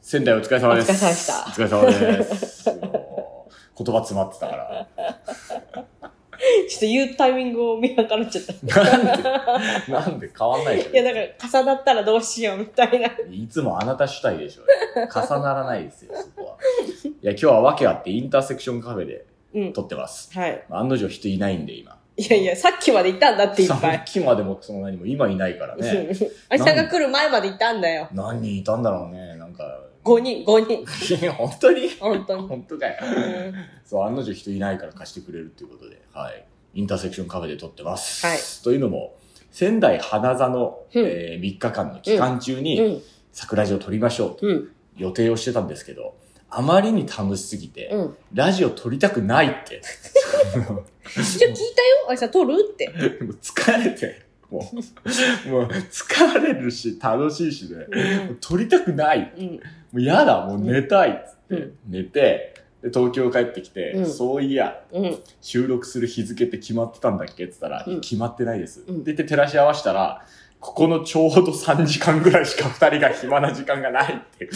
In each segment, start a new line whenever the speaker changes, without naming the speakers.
仙台お疲れ様です。
お疲れ様でした
お疲れ様です。言葉詰まってたから。
ちょっと言うタイミングを見計らっちゃった。い
なんで、 なんで変わんないで
や、
し
だから重なったらどうしようみたいな。
ょ。いつもあなた主体でしょ。重ならないですよ、そこは。いや、今日は訳あってインターセクションカフェで
うん。
撮ってます。
はい。
案の定人いないんで、今。
いやいや、さっきまでいたんだっていっ
さ
ぱ
っ
い。
きまでもその何も今いないからね。
あいさんが来る前までいたんだよ。
何人いたんだろうね、なんか。
5人、5人。
いや 本当に
本当に。
本当かよ。
うん
そう、案の定人いないから貸してくれるっていうことで、はい。インターセクションカフェで撮ってます。
はい
というのも、仙台花座の、
うん
え3日間の期間中
う
に
ん。
桜地を撮りましょうと
うん。
予定をしてたんですけど、あまりに楽しすぎて、
うん。
ラジオ撮りたくないって、
一応聞いたよ。あいさん撮るって。
もう疲れて、も う、もう疲れるし楽しいしね、
うん。
撮りたくない、
うん。
もうやだ、もう寝たいっつって、
うん
寝て、で東京帰ってきて、
うん
そういや、
うん。
収録する日付って決まってたんだっけって言ったら、
うん
決まってないです。
うん
で、で照らし合わせたら、ここのちょうど3時間ぐらいしか2人が暇な時間がないって いう。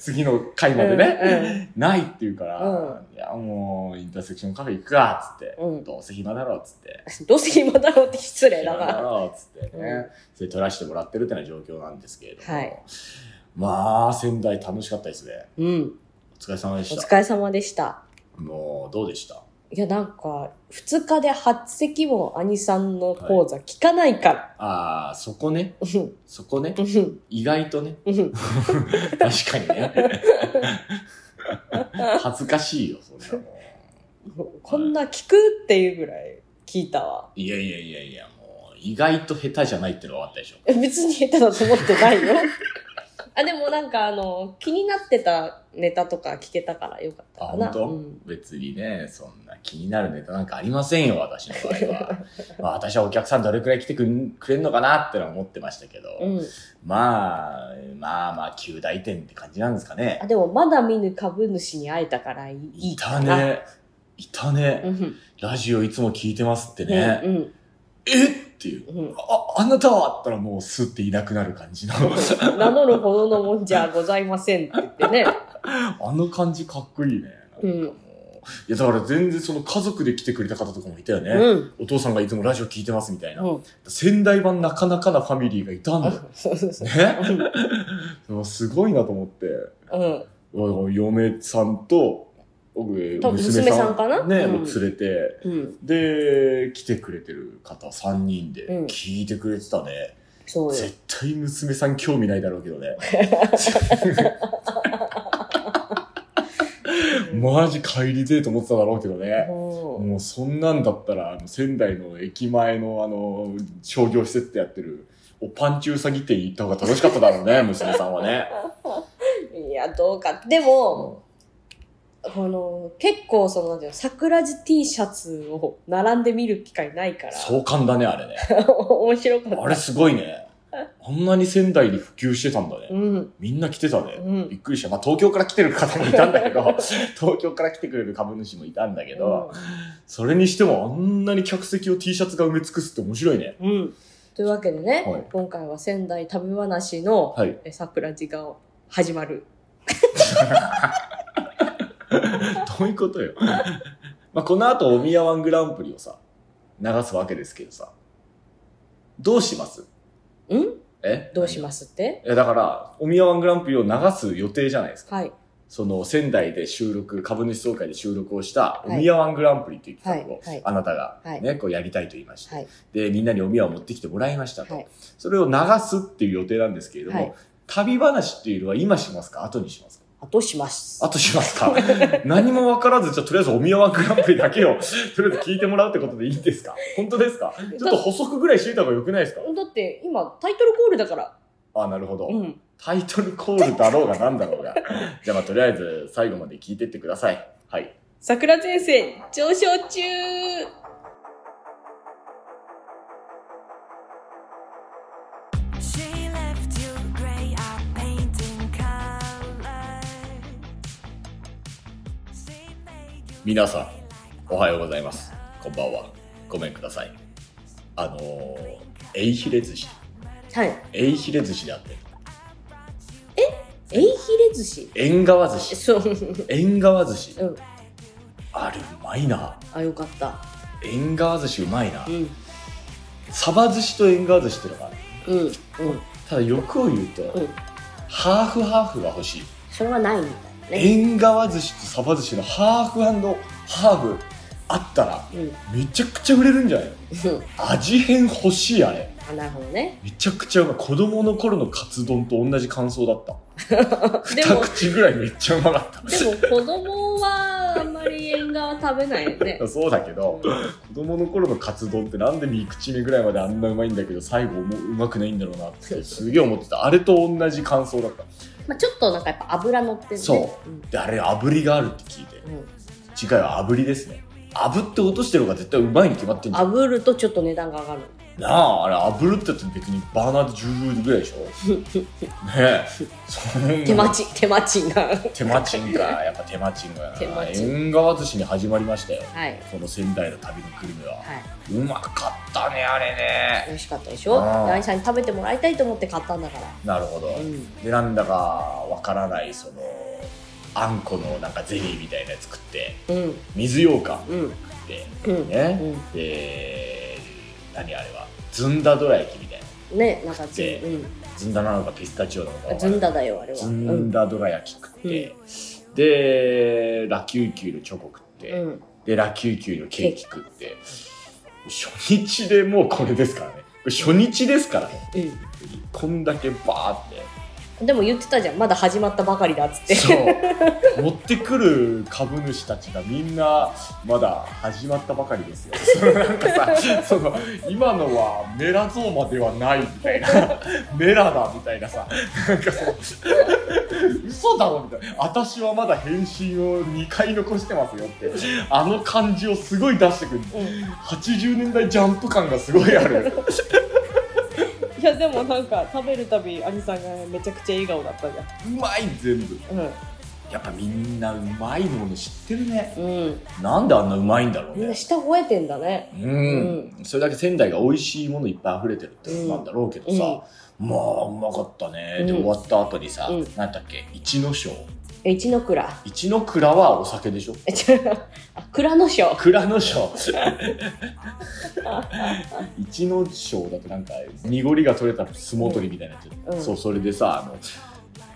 次の回までね、ないって言うから、
う
いや、もう、インターセクションカフェ行くか、つって、
うん
どうせ暇だろ、つって。
どうせ暇だろうって失礼だ
暇だ
な。
ろ、つってね。
うん
それ取らせてもらってるってな状況なんですけれども。
はい
まあ、仙台楽しかったですね。
うん。
お疲れ様で
お
した。
疲れ様でした。
もう、どうでした
いや、なんか、2日で初席も兄さんの講座聞かないから。
ああ、そこね、
うん
そこね。
うん
意外と ね、
うん
確かにね。恥ずかしいよ、そんなもん。
こんな聞くっていうぐらい聞いたわ。
いやいやいやいや、もう、意外と下手じゃないってのは分かったでしょ。
別に下手だと思ってない よ。あ、でもなんかあの、気になってたネタとか聞けたからよかった
あ、
かな。
本当、
うん
別にね、そんな気になるネタなんかありませんよ、私の場合 は。まあ、私はお客さんどれくらい来てくんくれるのかなってのは思ってましたけど、
うん。
まあ、まあまあ、旧大店って感じなんですかね
あ、。でもまだ見ぬ株主に会えたからいい
い
か
た
な。
ね。いたね、
うん。
ラジオいつも聞いてますって
う
ね。
ん。
えっていう。
うん。うん
あ、あなたはって言ったらもうスッていなくなる感 じの。
名乗るほどのもんじゃございませんって言ってね。
あの感じかっこいいね。
うん
なんかもういや、だから全然その家族で来てくれた方とかもいたよね。
うん。
お父さんがいつもラジオ聞いてますみたいな。
うん。
仙台版なかなかなファミリーがいたんだよ。
そうそうそう。
ね
うん
もうすごいなと思って。
うん。
お嫁さんと、おえ
多分娘さんかな
ね、
うん
もう連れて。
うん、
で、来てくれてる方3人で
うん
聞いてくれてたね。
そうよ
絶。対娘さん興味ないだろうけどね。マジ帰りてえと思ってただろうけどね。
うん
もうそんなんだったら、あの仙台の駅前のあの、商業施設でやってる、おパンチうさぎ店行った方が楽しかっただろうね、 娘さんはね。
いや、どうか。でも、この、結構その、なんていうの、桜地 T シャツを並んで見る機会ないから、
壮観だね、あれね。
面白かった。
あれすごいね。あんなに仙台に普及してたんだね。
うん。
みんな来てたね。
うん
びっくりした。まあ、東京から来てる方もいたんだ けど、東京から来てくれる株主もいたんだけど、それにしてもあんなに客席を T シャツが埋め尽くすって面白いね。
うん。うん。というわけでね、
はい
今回は仙台旅話の、
はい。
え桜地が始まる。
どういうことよ。 まあ、この後、おみやワングランプリをさ、流すわけですけどさ、どうします
ん
え
どうしますって
すだから、おみやワングランプリを流す予定じゃないですか。
はい。
その、仙台で収録、株主総会で収録をした、
はい
おみやワングランプリという企画を、
はいはい
あなたが、
はい
ね、こうやりたいと言いまして、
はい。
で、みんなにおみやを持ってきてもらいましたと。
はい
それを流すっていう予定なんですけれども、
はい
旅話っていうのは今しますか後にしますか
あとします。
あとしますか 何もわからず、じゃあとりあえずお宮ワングランプリだけを、 とりあえず聞いてもらうってことでいいんですか本当ですかちょっと補足ぐらいしといた方が良くないですか
だって、今、タイトルコールだから。
あ、なるほど。
うん。
タイトルコールだろうが何だろう が。じゃあまあとりあえず最後まで聞いてってください。はい。
桜前線、上昇中
皆さん、おはようございます。こんばんは。ごめんください。あのー、えいひれ寿司。
はい。
えいひれ寿司であって。
寿司
縁側寿司。
そう。
縁側寿司。
うん。
あれ、うまいな。
あ、よかった。
縁側寿司うまいな
う。ん。
サバ寿司と縁側寿司ってのがある。
うん。うん。
ただ欲を言うと、
うん。
ハーフハーフが欲しい。
それはないみたいね。
縁側寿司とサバ寿司のハーフハーフあったら、
うん。うん。
めちゃくちゃ売れるんじゃない味変欲しい、あれ。
あ、なるほど ね。
めちゃくちゃうまい。子供の頃のカツ丼と同じ感想だった。
で
二
も、
口ぐらいめっちゃうまかった。
でも子供はあんまり縁側食べないよね。
そうだけど、子供の頃のカツ丼ってなんで3口目ぐらいまであんなうまいんだけど最後もうまくないんだろうなってすげえ思ってたあれと同じ感想だった
まあ、ちょっとなんかやっぱ油乗ってるね。。
そう
ん。
であれ炙りがあるって聞いて
うん、
次回は炙りですね炙って落としてる方が絶対うまいに決まってんじゃん
炙るとちょっと値段が上がる。
なああれ炙るって言ったら別にバーナーで10ぐらい でしょねえそんな
手間賃、 手間賃が。は
手間賃かやっぱ手間賃が
手間賃
縁側寿司に始まりましたよ
い。はい。
この仙台の旅のグルメはうまかったねあれね
美味しかったでしょ
あー
大さんに食べてもらいたいと思って買ったんだか
なるほど、
ら。うん。
でなんだかわからないそのあんこのなんかゼリーみたいなやつ食って
うん。
水羊羹食
うん。
って
うん。
ね、で何あれはずんだどら焼きみたいな
うん。ね、なんかず、
で
う
ずんだなのかピスタチオなのかわかん
ん。ず
ない
んだだよ、あれは。
ず
うん
ん。だどら焼き食って、でラキュウキュウのチョコ食って、
うん。
でラキュウキュウのケーキ食って初日でもうこれですからねこれ初日ですからねこんだけバーって
うん。でも言ってたじゃん。まだ始まったばかりだっつって。
そう持ってくる株主たちがみんなまだ始まったばかりですよそのなんかさ その今のはメラゾーマではないみたい なメラだみたいなさなんかその嘘だろみたいな私はまだ返信を2回残してますよってあの感じをすごい出してくる
うん
80年代ジャンプ感がすごいある
いやでもなんか食べるたび兄さんがめちゃくちゃ笑顔だったじ
うまい全部
ゃん
やっぱみんなうまいもの知ってるね
うん、うん、
なんであんなうまいんだろう
みん
ね
な舌吠えてんだね
うんそれだけ仙台が美味しいものいっぱい溢れてるってことなんだろうけどさ、まあうまかったね、で
う
終
ん
わった後にさ、
うん
なんだっけ一の章
え一の蔵
一の蔵はお酒でしょ
え違うあ蔵の章
蔵の章一の章だとなんか濁りが取れたら相撲取りみたいなやつ、
うん
そうそれでさあの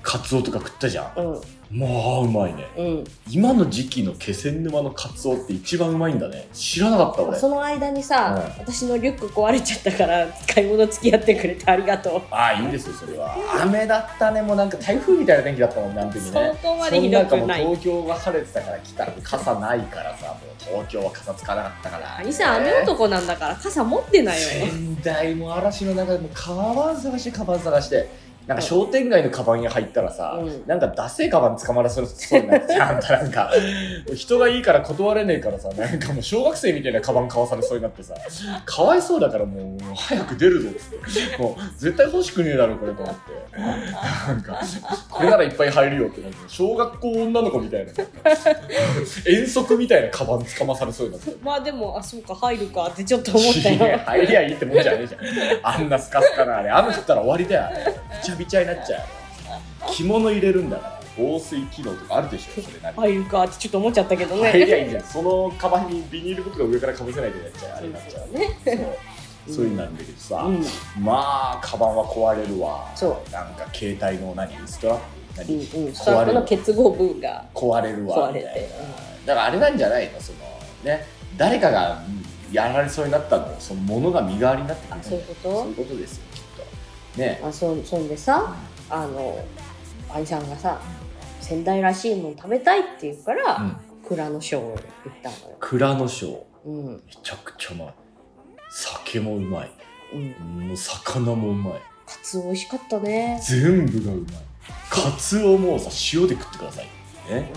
カツオとか食ったじゃん
うん
まあうまいね
うん
今の時期の気仙沼のカツオって一番うまいんだね知らなかった俺
その間にさ、
う
私のリュック壊れちゃったから買い物付き合ってくれてありがと
ああいいですよそれは雨だったねもうなんか台風みたいな天気だったもんなんてね
そこまでひどくない
そんんかもう東京が晴れてたから来た傘ないからさもう東京は傘つかなかったから
う兄さん雨男なんだから傘持ってないよ
仙台も嵐の中でもカバン探してカバン探してなんか商店街のカバン屋入ったらさ、
うん
なんかダセえカバン捕まらせそうにな ってあんたなんか人がいいから断れねえからさなんかもう小学生みたいなカバン買わされそうになってさかわいそうだからもう早く出るぞっつってもう絶対欲しくねえだろこれと思ってなんかこれならいっぱい入るよってなんか小学校女の子みたいななんか遠足みたいなカバン捕まされそうになって。
まあでもあそうか入るかってちょっと思った
いや
よ
入りゃいいってもんじゃねえじゃん。あんなスカスカなあれ。雨降ったら終わりだよあれ。びちゃびちゃになっちゃう。着物入れるんだから。防水機能とかあるでしょ、それなりに。
入るかってちょっと思っちゃったけどね
入りゃいいじゃん。そのカバンにビニール袋上からかぶせないとやっちゃう。あれになっちゃう。
ね
そうそういうのなんだけどさ、
うん
まあ、カバンは壊れるわ。
そ
なんか携帯の何ストラップ
う、う
何、
んうん、ストラップの結合部分が
壊れるわ
壊
み
れ
たいな
て
だからあれなんじゃないのそのね誰かがうんやられそうになったのをそのものが身代わりになってくる
あそういうこと
そういうことですよきっとね
あそそんでさあの兄さんがさ仙台らしいもの食べたいって言うから、
うん
蔵の賞を行ったのよ
蔵の章
うん
めちゃくちゃうまい酒もうまい
うん
もう魚もうまい
カツオ美味しかったね
全部がうまいカツオもさ塩で食ってくださいね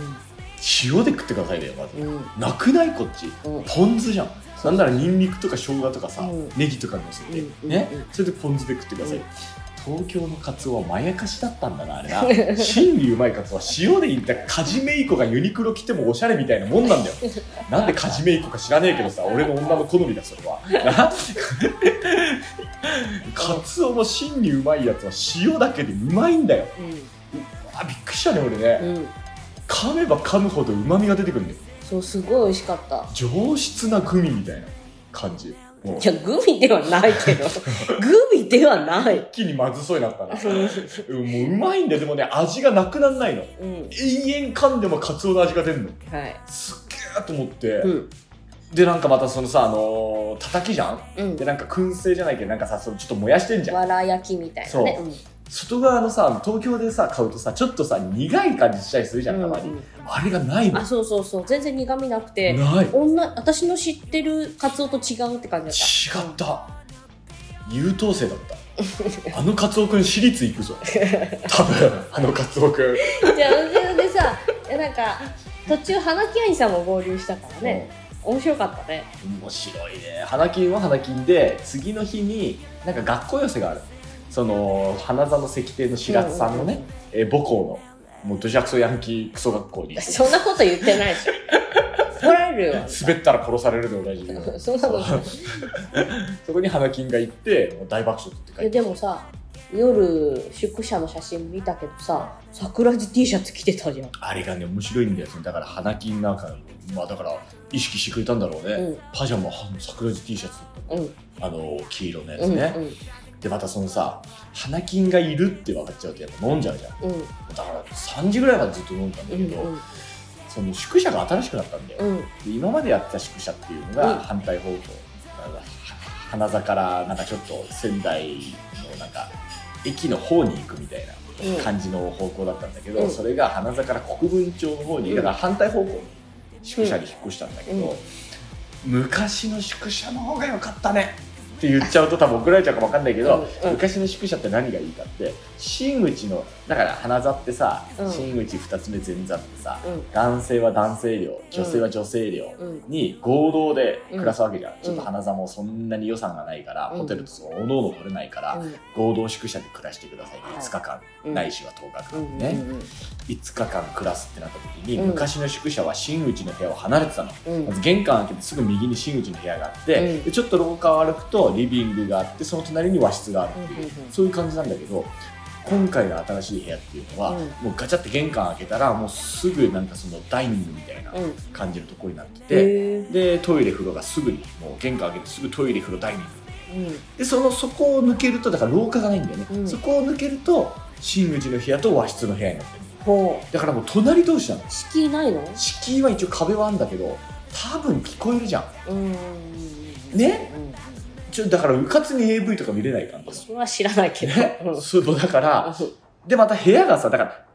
塩で食ってくださいだよまず
うんうん
なくないこっち
うん
ポン酢じゃんなんならニンニクとか生姜とかさ、
うん
ネギとか乗せて、
うん
ね
うんうん
それでポン酢で食ってください、
うん
東京のカツオはまやかしだったんだなあれな真にうまいカツオは塩でいいんだカジメイコがユニクロ着てもおしゃれみたいなもんなんだよなんでカジメイコか知らねえけどさ俺の女の好みだそれはなカツオの真にうまいやつは塩だけでうまいんだよ
うん
あびっくくちゃね俺ね
うん
噛めば噛むほど旨味が出てくるんだよ
そうすごい美味しかった
上質なグミみたいな感じもう
いやグミではない けどグミではない
一気にまずそうになったなうんもううまいんだよでもね味がなくなんないの
うん
延々噛んでもカツオの味が出るの
はい
すっげえと思って、
うん
でなんかまたそのさあのー、叩きじゃん
うん
でなんか燻製じゃないけどなんかさそのちょっと燃やしてんじゃん
わら焼きみたいなね
そう
うん
外側のさ東京でさ買うとさちょっとさ苦い感じしたりするじゃんたまに、
うんうん
あれがないの
あそうそうそう全然苦味なくて
ない
女私の知ってるカツオと違うって感じだった
違った優等生だった あのカツオくん私立行くぞ多分あのカツオくん
うんじゃあ後ろでさいやなんか途中花木愛さんも合流したからね、面白かったね
面白いね花金は花金で次の日になんか学校寄せがあるその花座の石庭の白津さんのね、えー母校のもうどじゃくそヤンキークソ学校に
うんそんなこと言ってないでしょ怒られるよ
滑ったら殺されるでおなじみの
そんなことない
そこに花金が行ってもう大爆笑って
い
書
や
いて
でもさ夜宿舎の写真見たけどさ桜地 T シャツ着てたじゃん、
あれがね面白いんだよねだから花金なんかまあだから意識してくれたんだろうね、
うん
パジャマあの桜地 T シャツ
うん
あの黄色のやつ
う
ね、
んうん
でまたそのさ花金がいるって分かっちゃうとやっぱ飲んじゃうじゃん
うん
だから3時ぐらいまでずっと飲んだんだ
う
け
ん
ど、その宿舎が新しくなったんだよ、
うん
で今までやってた宿舎っていうの
うん
が反対方向、なんか花座からなんかちょっと仙台のなんか駅の方に行くみたいな
うん
感じの方向だったんだけど、
うん
それが花座から国分町の方に、
うん
だから反対方向に宿舎に引っ越したんだけど、昔の宿舎の方が良かったねって言っちゃうと多分怒られちゃうか分かんないけど、
うんうん
昔の宿舎って何がいいかって新口のだから花座ってさ、
うん
新口2つ目前座ってさ、
うん
男性は男性寮女性は女性寮
うん
に合同で暮らすわけじゃん、
ん
ちょっと花座もそんなに予算がないから、
うん
ホテルとそのおのおの取れないから、合同宿舎で暮らしてください
はい
5日間、
うん
ないしは10日
う
間
ん
ね、5日間暮らすってなった時に、
うん
昔の宿舎は新内の部屋を離れてたの、
うんうん
まず玄関開けてすぐ右に新内の部屋があって、
うん
でちょっと廊下を歩くとリビングがあってその隣に和室があるっていう、
うんうんうん
そういう感じなんだけど今回の新しい部屋っていうのは、
うん
もうガチャって玄関開けたらもうすぐなんかそのダイニングみたいな
うん
感じのところになってて、
へ
でトイレ風呂がすぐにもう玄関開けてすぐトイレ風呂ダイニング
ーうん
でそのそこを抜けるとだから廊下がないんだよね、
うん
そこを抜けると新口の部屋と和室の部屋になってる
ほ
だからもう隣同士なの
う敷居ないの
敷居は一応壁はあるんだけど多分聞こえるじゃん
うん
ね
うん
ちょだからうかつに AV とか見れない感じ
それは知らないけど
ね
うん
そうだからでまた部屋がさだから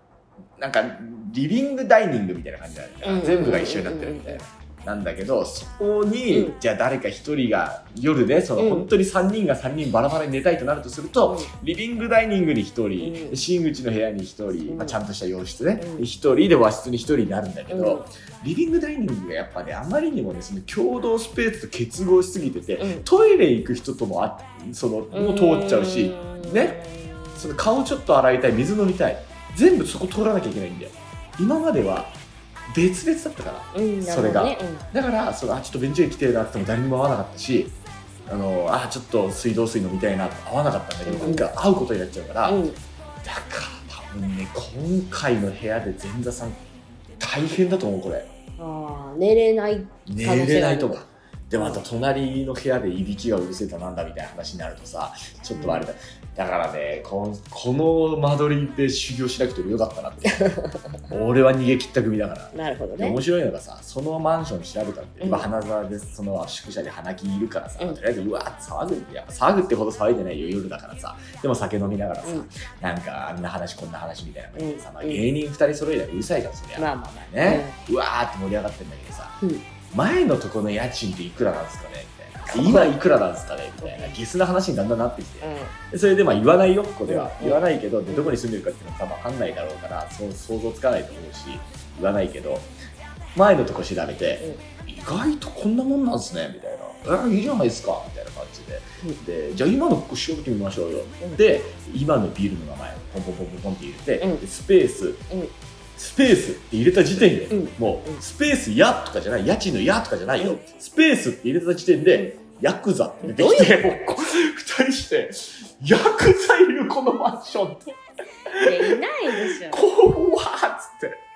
なんかリビングダイニングみたいな感じなんだよ、
うん
全部が一緒になってるみたいな、なんだけどそこに、
うん
じゃあ誰か一人が夜でその、
うん
本当に3人が3人バラバラに寝たいとなるとすると、リビングダイニングに1人、
うん
新口の部屋に1人、
うん
まあ、ちゃんとした洋室ね、
うん
1人で和室に1人になるんだけ
うん
ど、リビングダイニングがやっぱねあまりにもねその共同スペースと結合しすぎてて、
うん
トイレ行く人ともあそのもう通っちゃうし、
ん
ねその顔ちょっと洗いたい水飲みたい全部そこ通らなきゃいけないんだよ今までは別々だったから
うんなる
そ
ほ
れ
ど
が
ね
だからそのあちょっと便所に来てるなって言っても誰にも会わなかったしあのあちょっと水道水飲みたいなと合わなかったんだけど、な
うん
んか会うことになっちゃうから、
う
だ
んうん
から多分ね今回の部屋で前座さん大変だと思うこれ
あー寝れない
寝
性がある
れないとかでまた隣の部屋でいびきがうるせえとなんだみたいな話になるとさちょっとあれだ、だからねこんこの間取りで修行しなくてもよかったなって 俺は逃げ切った組だから
なるほど
で
ね
面白いのがさそのマンション調べたって、
うん
今花沢でその宿舎で花金いるからさ、
うん
とりあえずうわーって騒ぐんだよ騒ぐってほど騒いでないよ夜だからさでも酒飲みながらさ、
うん
なんかあんな話こんな話みたいな感じでさ、
うん
まあ、芸人2人揃いだらうるさいじゃんそりゃ、
まあまあまあ
ね、うわーって盛り上がってんだけどさ、
うん
前のとこの家賃っていくらなんですかねみたいな今いくらなんですかねみたいなゲスな話にだんだんなってきて、
う
でそれでまあ言わないよここでは、
うん
言わないけどで
うん
どこに住んでるかっていうのは多分分かんないだろうからそう想像つかないと思うし言わないけど前のとこ調べて、意外とこんなもんなんですねみたいな「えーいいじゃないですか」みたいな感じで、
うん
でじゃあ今のここ調べてみましょうよ、
うん
で今のビールの名前をポンポンポンポンポンって入れて、
うん
でスペース
んうん
スペースって入れた時点で、
うん
も
う
う
ん
スペース「や」とかじゃない家賃の「や」とかじゃないよ、
うん
スペースって入れた時点で、ヤクザって出てきてもうこ2人してヤクザいるこのマンションって
いやいないでしょ
怖っつって。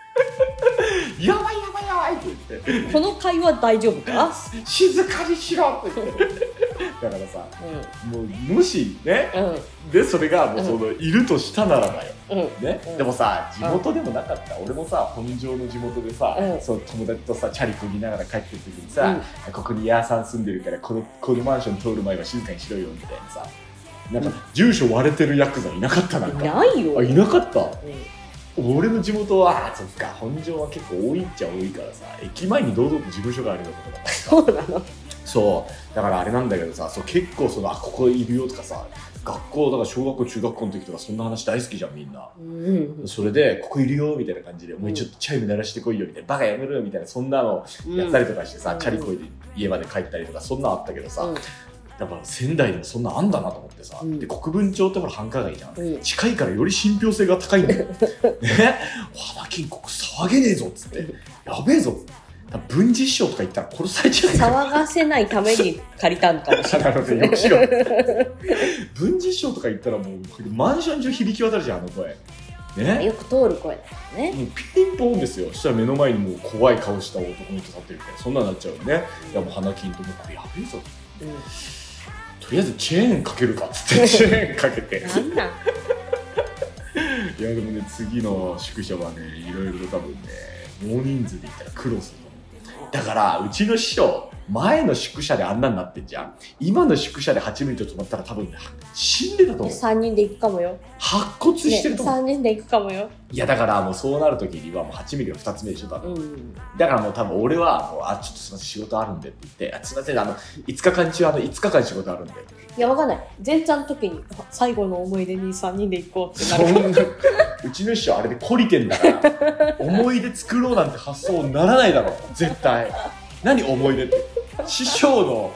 やばいやばいやばいって言っ
この会話大丈夫か、
て、静かにしろって言って。だからさ、もうもしね、
うん、うん、
で、それがもうその、いるとしたならばよ。
うん。
ね
うん
でもさ地元でもなかった、俺もさ本庄の地元でさ、
うん
そう友達とさチャリこぎながら帰ってる時にさ、
うん
ここにヤーさん住んでるからこのこのマンション通る前は静かにしろよみたいなさなんか住所割れてるヤクザいなかったなん
い
か
ないよ。
あいなかった
うん
俺の地元はあそっか本庄は結構多いっちゃ多いからさ駅前に堂々と事務所があるようなとこだから
そうなの。
そうだからあれなんだけどさそう結構そのあここいるよとかさ学校だから小学校中学校の時とかそんな話大好きじゃんみんな
うん。
それで、ここいるよみたいな感じで、お前ちょっとチャイム鳴らしてこいよみたいな、バカやめろよみたいな、そんなのやったりとかしてさ、
うん
チャリこいで家まで帰ったりとか、そんなのあったけどさ、
うん
やっぱ仙台でもそんなのあんだなと思ってさ、
うん
で国分町ってほら繁華街じゃん。
うん
近いからより信憑性が高いんだよ。ね花金ここ騒げねえぞっつって。やべえぞ。多分文治師匠とか言ったら殺されちゃうよ。
騒がせないために借りたのかもしれな。
ないのでよくしろ。文治師匠とか言ったらもう、マンション中響き渡るじゃん、あの声。ね
よく通る声だからね。
もうピンポンですよそしたら目の前にもう怖い顔した男の人立ってるからそんなんなっちゃうよねいやもう花金ともこれやべえぞ
う
とりあえずチェーンかけるかっつってチェーンかけて
ん。なんなん。
いやでもね次の宿舎はねいろいろと多分ね大人数で行ったら苦労すると思うだからうちの師匠前の宿舎であんなになってんじゃん今の宿舎で8ミリと止まったら多分ね死んでたと思う
三人で行くかもよ。
白骨してると思う、
三人で行くかもよ。
いやだからもうそうなるときにはもう8ミリが2つ目でしょ多分
うん。
だからもう多分俺はもう、あ、ちょっとすいません、仕事あるんでって言って、あすいません、あの、5日間中、あの、5日間仕事あるんで。
いや、わかんない。前座の時に、あ最後の思い出に三人で行こうってな
そ
る。
んな、うちの師匠あれで懲りてんだから、思い出作ろうなんて発想ならないだろ、絶対。何思い出って。師匠のも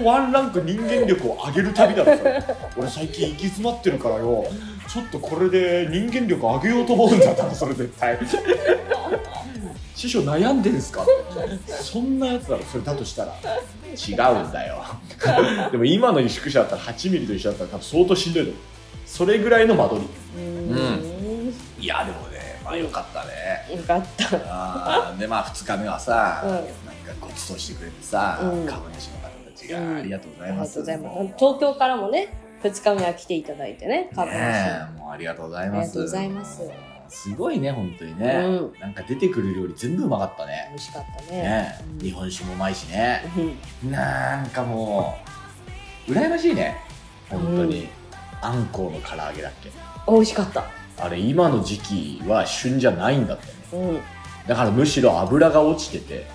うワンランク人間力を上げる旅だろそれ俺最近行き詰まってるからよちょっとこれで人間力上げようと思うんだったらそれ絶対師匠悩んでんすかってそんなやつだろそれだとしたら違うんだよ でも今の宿舎だったら8ミリと一緒だったら多分相当しんどいと思うそれぐらいの間取
う
りいやでもねまあよかったね
ん。よかった。
あーでまあ2日目はさ、
うん
なんかごちそうしてくれてさ、
うん
株主の方たち
うん
がありがとうござ
あ
い
り
ま
が
す、
とうございます。東京からもね、2日目は来ていただいてね、株主。
ねえもうありがとうございます
ありがとうございます
すごいね本当に
う
ね、
ん。
なんか出てくる料理全部うまかった
美
ね
味しかったね。
ねえ
うん
日本酒もうまいしね
うん
なんかもう羨ましいね本当に、あんこうの唐揚げだっけ
美味しかった。
あれ今の時期は旬じゃないんだってね
うん。
だからむしろ脂が落ちてて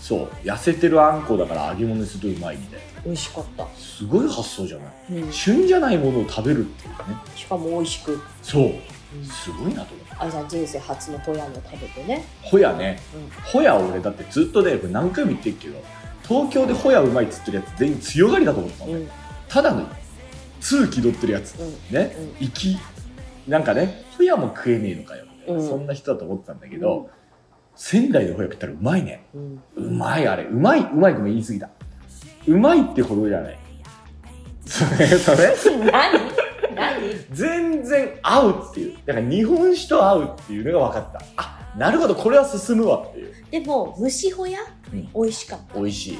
そう痩せてるあんこうだから揚げ物にするとうまいみたいな
美味しかった。
すごい発想じゃない
うん。
旬じゃないものを食べるっていうね
しかも美味しく。
そう
うん
すごいなと思った
あじゃん人生初のホヤの食べてね。
ホヤね
うん
ホヤ俺だってずっとねこれ何回も言ってるけど東京でホヤうまいっつってるやつ全員強がりだと思ってたの
うん
ね
うん
ただの通気取ってるやつね
うん
行きなんかねホヤも食えねえのかよみたいな
うん
そんな人だと思ってたんだけど仙台でホヤ食ったらうまいね
うん。
うまいあれうまいうまいごめん言い過ぎたうまいってほどじゃない それそれ
何？何？
全然合うっていうだから日本酒と合うっていうのが分かったあなるほどこれは進むわっていう
でも虫ホヤ、
うん
美味しかった。
美味しい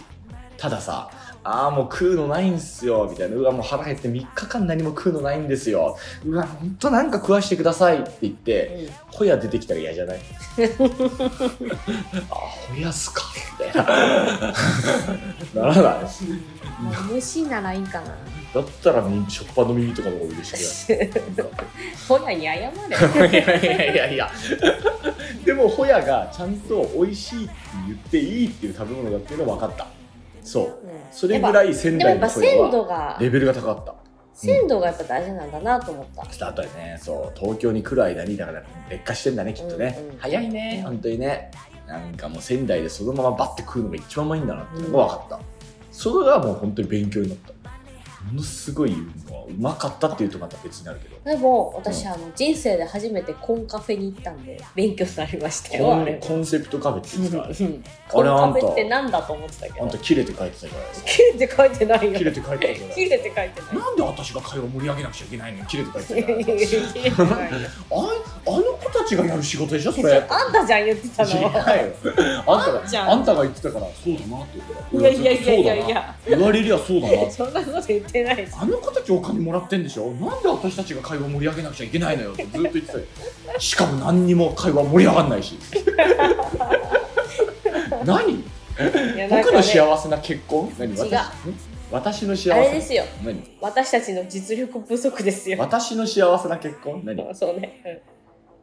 たださああもう食うのないんすよみたいなうわもう腹減って3日間何も食うのないんですようわほんとなんか食わしてくださいって言って
う
ホヤ出てきたら嫌じゃ ないあホヤっすかみたいなならない
ん。まあ虫ならいいかな。
だったらみ食パンの耳とかの方が嬉しくない
ホヤに謝
いやいやいやいやでもホヤがちゃんと美味しいって言っていいっていう食べ物だっていうのは分かったそう
れ。うん
それぐらい仙
でも
台
や
の
っぱ
ホヤ
鮮
は
度が
レベルが高かった
鮮度がやっぱ大事なんだなと思った。
スタートやねそう東京に来る間にだから劣化してんだねきっとね、
うんうん
早いね本当にねなんかもう仙台でそのままバッて食うのが一番うまいんだなっていうのが分かった、それがもう本当に勉強になったものすごい言うのはうまかったっていうとまた別になるけど
でも私、あの人生で初めてコンカフェに行ったんで勉強になりましたよ
コ
あ
ン
れ
コンセプトカフェっていうんですかあれ
うんうんコンカフ
あれあん
ェ
た
ってなんだと思ってたけ
あん
ど
た切れて書いてたじゃないですか
切れて書いてないよ
切れて書いてたじゃない
切れて書いてない
なんで私が会話盛り上げなくちゃいけないのに切れて書いてたじゃないですか
切れてないよ
ああの子たちがやる仕事でし ょそれ
あんたじゃん言ってた
違うよ
の
あんた
あ
が
んじゃん
あんたが言ってたからそうだなって言うから
いやいやいやいやい
俺はそうだな
や
言われりゃそうだな
そんなこと言ってないです
あの子たちお金もらってんでしょなんで私たちが会話盛り上げなくちゃいけないのよってずっと言ってたよしかも何にも会話盛り上がんない し何
いやなん
僕
かね
の幸せな結婚何私
違うん
私の幸せ
あれですよ
何
私たちの実力不足ですよ
私の幸せな結婚何
そうね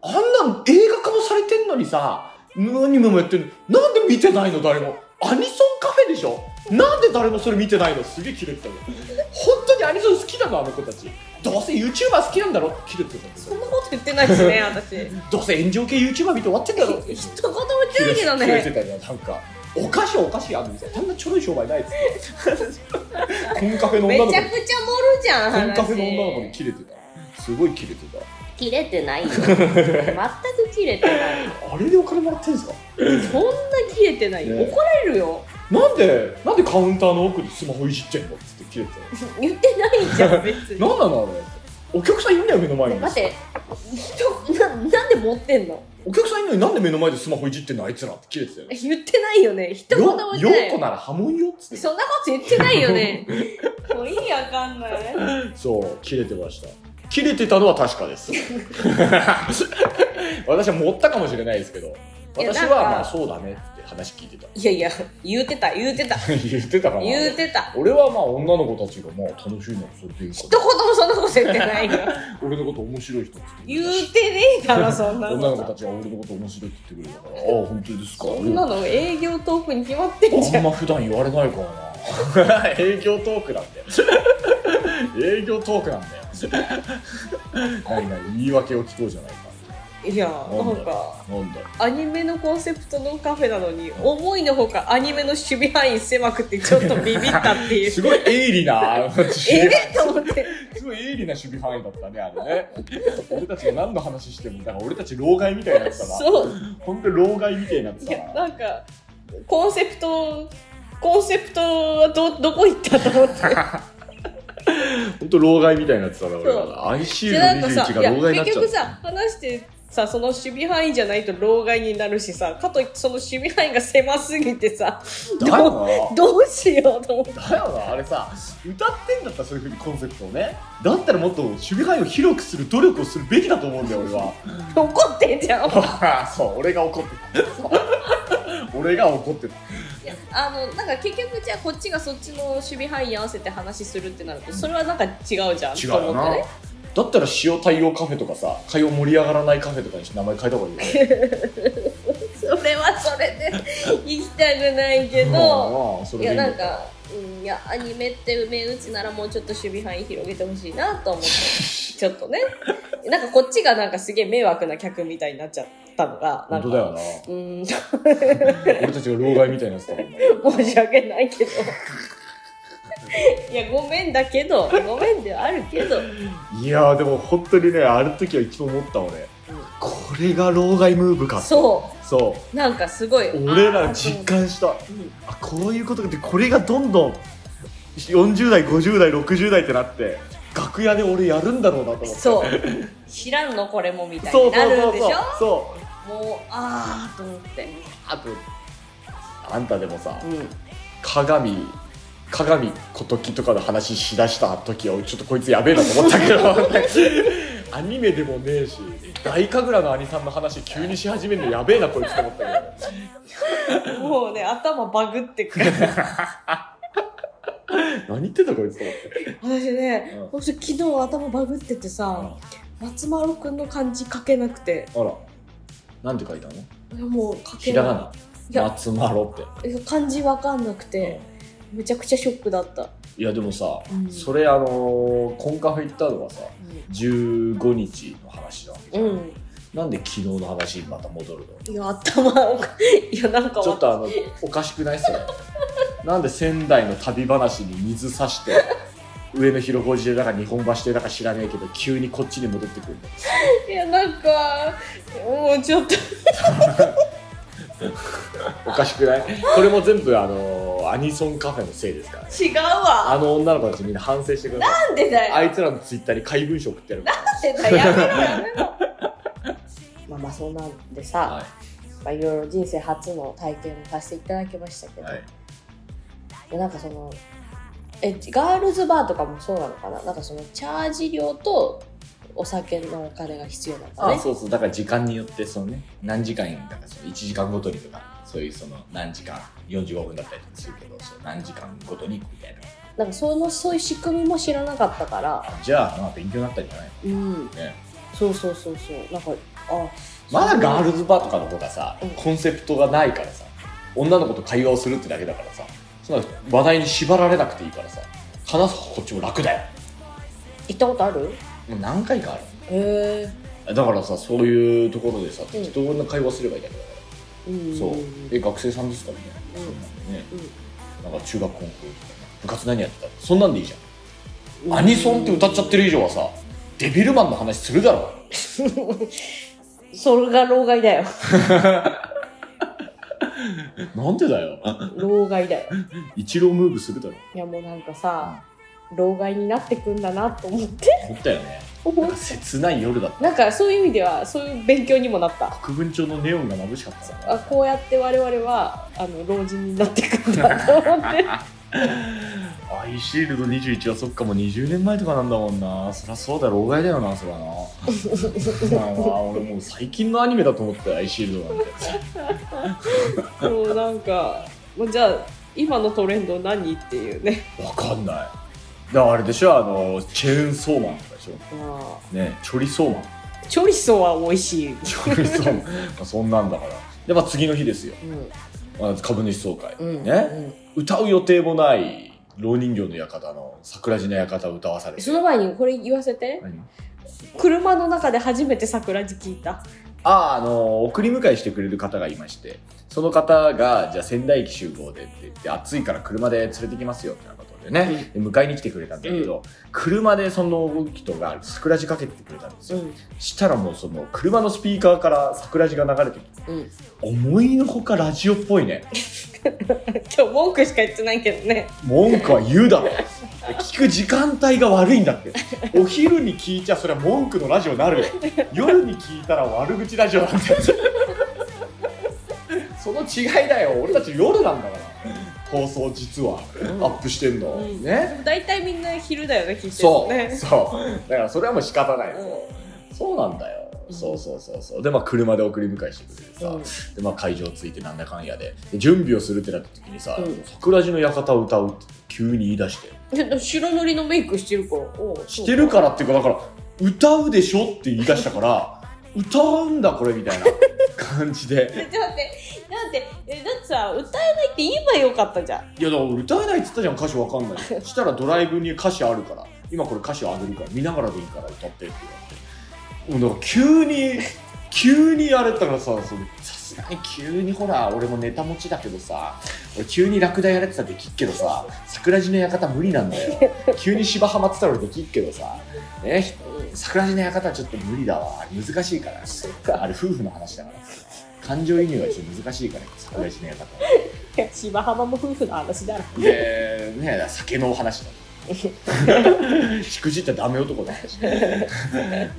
あんなん映画化もされてんのにさ、何もやってんの。なんで見てないの誰も。アニソンカフェでしょなんで誰もそれ見てないのすげえキレてたよ。本当にアニソン好きなのあの子たち。どうせ YouTuber 好きなんだろキレてたん
そんなこと言ってないですね私
どうせ炎上系 YouTuber 見て終わってんだろ
一言も言ってないけど
キレて
ね
たよ、なんか。おかしいおかしいあの店。そんなちょろい商売ないですよ。コンカフェの
め
女の
ちゃ
子。
くちゃ盛るじゃん
コン
話
カフェの女の子にキレてた。すごいキレてた。
切れて ないよ全く切れてない
あれでお金もらってんですか
そんな切れてないよ、
ね
怒られるよ
なんで、なんでカウンターの奥にスマホいじってんのっつって切れてたよ
言ってないじ ゃん別に
なんなのあれお客さんいんだよ目の前に
待って人ななんで持ってんの
お客さんいんのになんで目の前でスマホいじってんのあいつらって切れてたよ
言ってないよね一言も言ってない
よ4個なら波紋よっつって
そんなこと言ってないよ ねもう意味わかんない
そう切れてました切れてたのは確かです 私は持ったかもしれないですけど
いや
私は
なんか
まあそうだねって話聞いてた
いやいや言うてた言うてた
言ってたかな
言うてた
俺はまあ女の子たちがまあ楽しいのはそれでいいか
一言もそんなこと言ってないよ
ら俺のこと面白い人っつって
言
言う
う
して
ねえだろそんな
女の子
の
たちが俺のこと面白いって言ってくれるからああ本当ですか
そんなの営業トークに決まってんじ
あ
ゃ
ん
ん
ま普段言われないからな営業トークなんだよ営業トークなんだよ何々言い訳を聞こうじゃないか
いやなんか
なんだよ
アニメのコンセプトのカフェなのに思いのほかアニメの守備範囲狭くてちょっとビビったっ ていう
すごい鋭利な
ええと思って
すごい鋭利な守備範囲だったねあれね俺たちが何の話してもだから俺たち老害みたいになってたな
そう
本当老害みたいになって
い
た
や
な
なんかコンセプトコンセプトはどどこ行ったと思 って
本当老害みたいになってたな俺
そう
は ICU
でなんか
の
さ
21が老害になっ
結
ちゃっ
局
た
さ話してさその守備範囲じゃないと老害になるしさかといってその守備範囲が狭すぎてさ
だよ
どう
な
どうしようと思って
だよなあれさ歌ってんだったらそういうふうにコンセプトをねだったらもっと守備範囲を広くする努力をするべきだと思うんだよ俺は
怒ってんじ ゃん
そう俺が怒ってた俺が怒ってた
いやあのなんか結局じゃあこっちがそっちの守備範囲に合わせて話するってなるとそれはなんか違うじゃん
違う
と
よ
思っ
な
てね
だったら塩対応カフェとかさ会話盛り上がらないカフェとかにして名前変えた方がいいよね
それはそれで行きたくない け
まあ
ど
まあそ
い
れでい
や
いの
なんか、うん、いやアニメって目打ちならもうちょっと守備範囲広げてほしいなと思っ てちょっとねなんかこっちがなんかすげえ迷惑な客みたいになっちゃったのが
本
なんか
当だよな
うーん
俺たちが老害みたいなやつだもんね
申し訳ないけどいやごめんだけどごめんではあるけど
いやーでも本当にねあの時は一番思った俺、これが老害ムーブかう
そ
そう
なんかすごいう
俺ら
あー
実感した
うん
あこういうことでこれがどんどん40代50代60代ってなって楽屋で俺やるんだろうなと思って
そう知らんのこれもみたい
そ
に
うそ
な
う
る
そ
ん
う
でし
そう
ょ
そう
もうああと思って
あとあんたでもさ
うん
鏡鏡小時とかの話しだした時はちょっとこいつやべえなと思ったけ どアニメでもねえし大神楽の兄さんの話急にし始めるのやべえなこいつと思ったけど
もうね、頭バグっ てくる。
何言ってんだこいつと思って
私ね
うん、
本当昨日頭バグっててさ、松丸くんの漢字書けなくて、
あらなんて書いたの
もう書け
ひら
な
が
い
な
や、
松丸って
漢字わかんなくて、めちゃくちゃショックだった。
いやでもさ、
うん
それあのーコンカフェ行ったのはさ15日の話だ
うん。
なんで昨日の話にまた戻るの
いや、頭、いや、なんか
ちょっとあの おかしくないっすよなんで仙台の旅話に水さして上野広小路でだから日本橋でだから知らねえけど急にこっちに戻ってくるの
いやなんかもうちょっと
おかしくないこれも全部あのアニソンカフェのせいですからね
違うわ
あの女の子たちみんな反省してください
なんでだよ
あいつらのツイッターに怪文書送ってやるから
なんでだよやめろやめろ まあまあそうなんでさ、
はい
まあ、いろいろ人生初の体験をさせていただきましたけど、
はい
でなんかそのえガールズバーとかもそうなのかななんかそのチャージ料とお酒のお金が必要なのか
あ
ね
そうそうだから時間によってそのね何時間いるんだからその1時間ごとにとかそういうその何時間45分だったりとかするけどそう何時間ごとにみたいな
なんかそのそういう仕組みも知らなかったから
じゃあまあ勉強になったんじゃない
うん
ね
そうそうそうそうなんかあ
まだガールズバーとかの方がさ
うん
コンセプトがないからさ女の子と会話をするってだけだからさそんな話題に縛られなくていいからさ話す方こっちも楽だよ
行ったことある
もう何回かあ
へ
るだからさそういうところでさ
うん
適当な会話すればいいだけだか
えうん
ら、
う
そうんえ学生さんですかみたいな、
うん
そんなんでね
うん
なんか中学高校とか部活何やってたそんなんでいいじゃんアニソンって歌っちゃってる以上はさデビルマンの話するだろ
それが老害だよ
なんでだよ
老害だよ
イチロームーブするだろ
いやもうなんかさ老害になってくんだなと思って
思ったよね
思
なんか切ない夜だった
なんかそういう意味ではそういう勉強にもなった
国分町のネオンが眩しかったから
あこうやって我々はあの老人になっていくんだと思って
アイシールド21はそっかもう20年前とかなんだもんなそりゃそうだよ老害だよなそりゃなまあまあ俺もう最近のアニメだと思ってたよアイシールドなんて
そうなんかもうじゃあ今のトレンド何っていうね
わかんないだからあれでしょあのチェーンソーマンとかでしょ
ま
ねチョリソーマン
あチョリソーは美味しい、
チョリソーマン まあそんなんだからでまあ次の日ですよ
う
あ
ん
株主総会、
うん
ね、歌う予定もない老人形の館の桜地の館を歌わされ
うん
て
その前にこれ言わせて
何
車の中で初めて桜地聞いた
あああの送り迎えしてくれる方がいましてその方がじゃあ仙台駅集合でって言って暑いから車で連れてきますよってなことでね、で迎えに来てくれたんだけど、車でその人が桜地かけてくれたんですよ、
ん
したらもうその車のスピーカーから桜地が流れてきて
うん
思いのほかラジオっぽいね
今日文句しか言ってないけどね
文句は言うだろ聞く時間帯が悪いんだってお昼に聞いちゃそれは文句のラジオになるよ夜に聞いたら悪口ラジオなんだよその違いだよ俺たち夜なんだから放送実は、
ん
アップしてんの、
うん
ね
大体みんな昼だよね聞いてるの
そう
ね
そうだからそれはもう仕方ない、
うん
そうなんだよ
うん
そうそうそうそうでまあ車で送り迎えしてくれてさ、
うん
でまあ会場着いてなんだかんやでで準備をするってなった時にさ、
うん
桜地の館を歌うって急に言い出して
で白塗りのメイクしてるからおうそう
してるからっていうかだから歌うでしょって言い出したから歌うんだこれみたいな感じで
ちょっと待って、だって、えだってさ、歌えないって言えばよかったじゃん。
いやだから俺歌えないっつったじゃん歌詞わかんないしたらドライブに歌詞あるから今これ歌詞あげるから見ながらでいいから歌ってって言われてもうだから急に急にやれたからさそのさすがに急にほら俺もネタ持ちだけどさ俺急にラクダやれてたらできっけどさ桜地の館無理なんだよ急に芝浜ってたら俺できっけどさね桜地の館はちょっと無理だわあれ難しいからあれ夫婦の話だから感情移入がちょっと難しいから桜地の館
いや芝浜も夫婦の話だろ。
で、ね、酒のお話 だ。しくじったダメ男だし、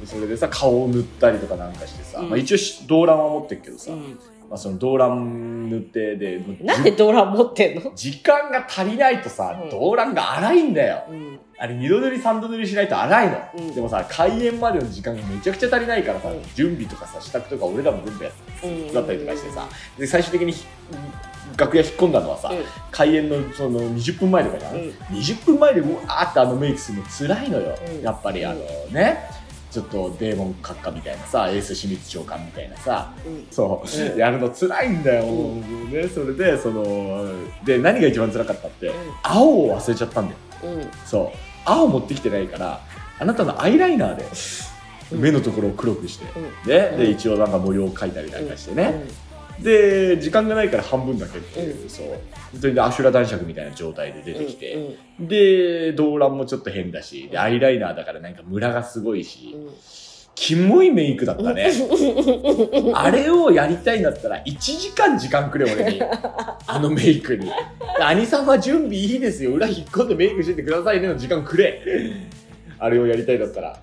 それでさ顔を塗ったりとかなんかしてさ、
うん
まあ、一応し動乱は持ってるけどさ、
ん。
まあ、その動乱塗ってでもう
なんでドラ持ってんの
じ時間が足りないとさ、
うん
動乱が荒いんだよ
うん。
あれ二度塗り三度塗りしないと荒いの、
うん
でもさ開演までの時間がめちゃくちゃ足りないからさ、
うん
準備とかさ支度とか俺らも全部やって
うん
だったりとかしてさで最終的にひ楽屋引っ込んだのはさ、
う
開演のその20分前とかじゃん、
ん。
20分前でうわーってあのメイクするの辛いのよ、
うん
やっぱりあのねちょっとデーモン閣下みたいなさエース清水長官みたいなさ
うん。
そう、
うん
やるの辛いんだよ、
う
ね、それでそので何が一番辛かったって、青を忘れちゃったんだよ
うん。
そう青持ってきてないからあなたのアイライナーで
うん
目のところを黒くして、
うん
で
うん
で一応なんか模様を描いたりなんかしてね、で時間がないから半分だけっていう、
う
そう本当にアシュラ男爵みたいな状態で出てきて、
うん
で動乱もちょっと変だしでアイライナーだからなんかムラがすごいし、
うん
キモいメイクだったねあれをやりたいんだったら1時間時間くれ俺にあのメイクに兄さんは準備いいですよ裏引っ込んでメイクしててくださいねの時間くれあれをやりたいんだったら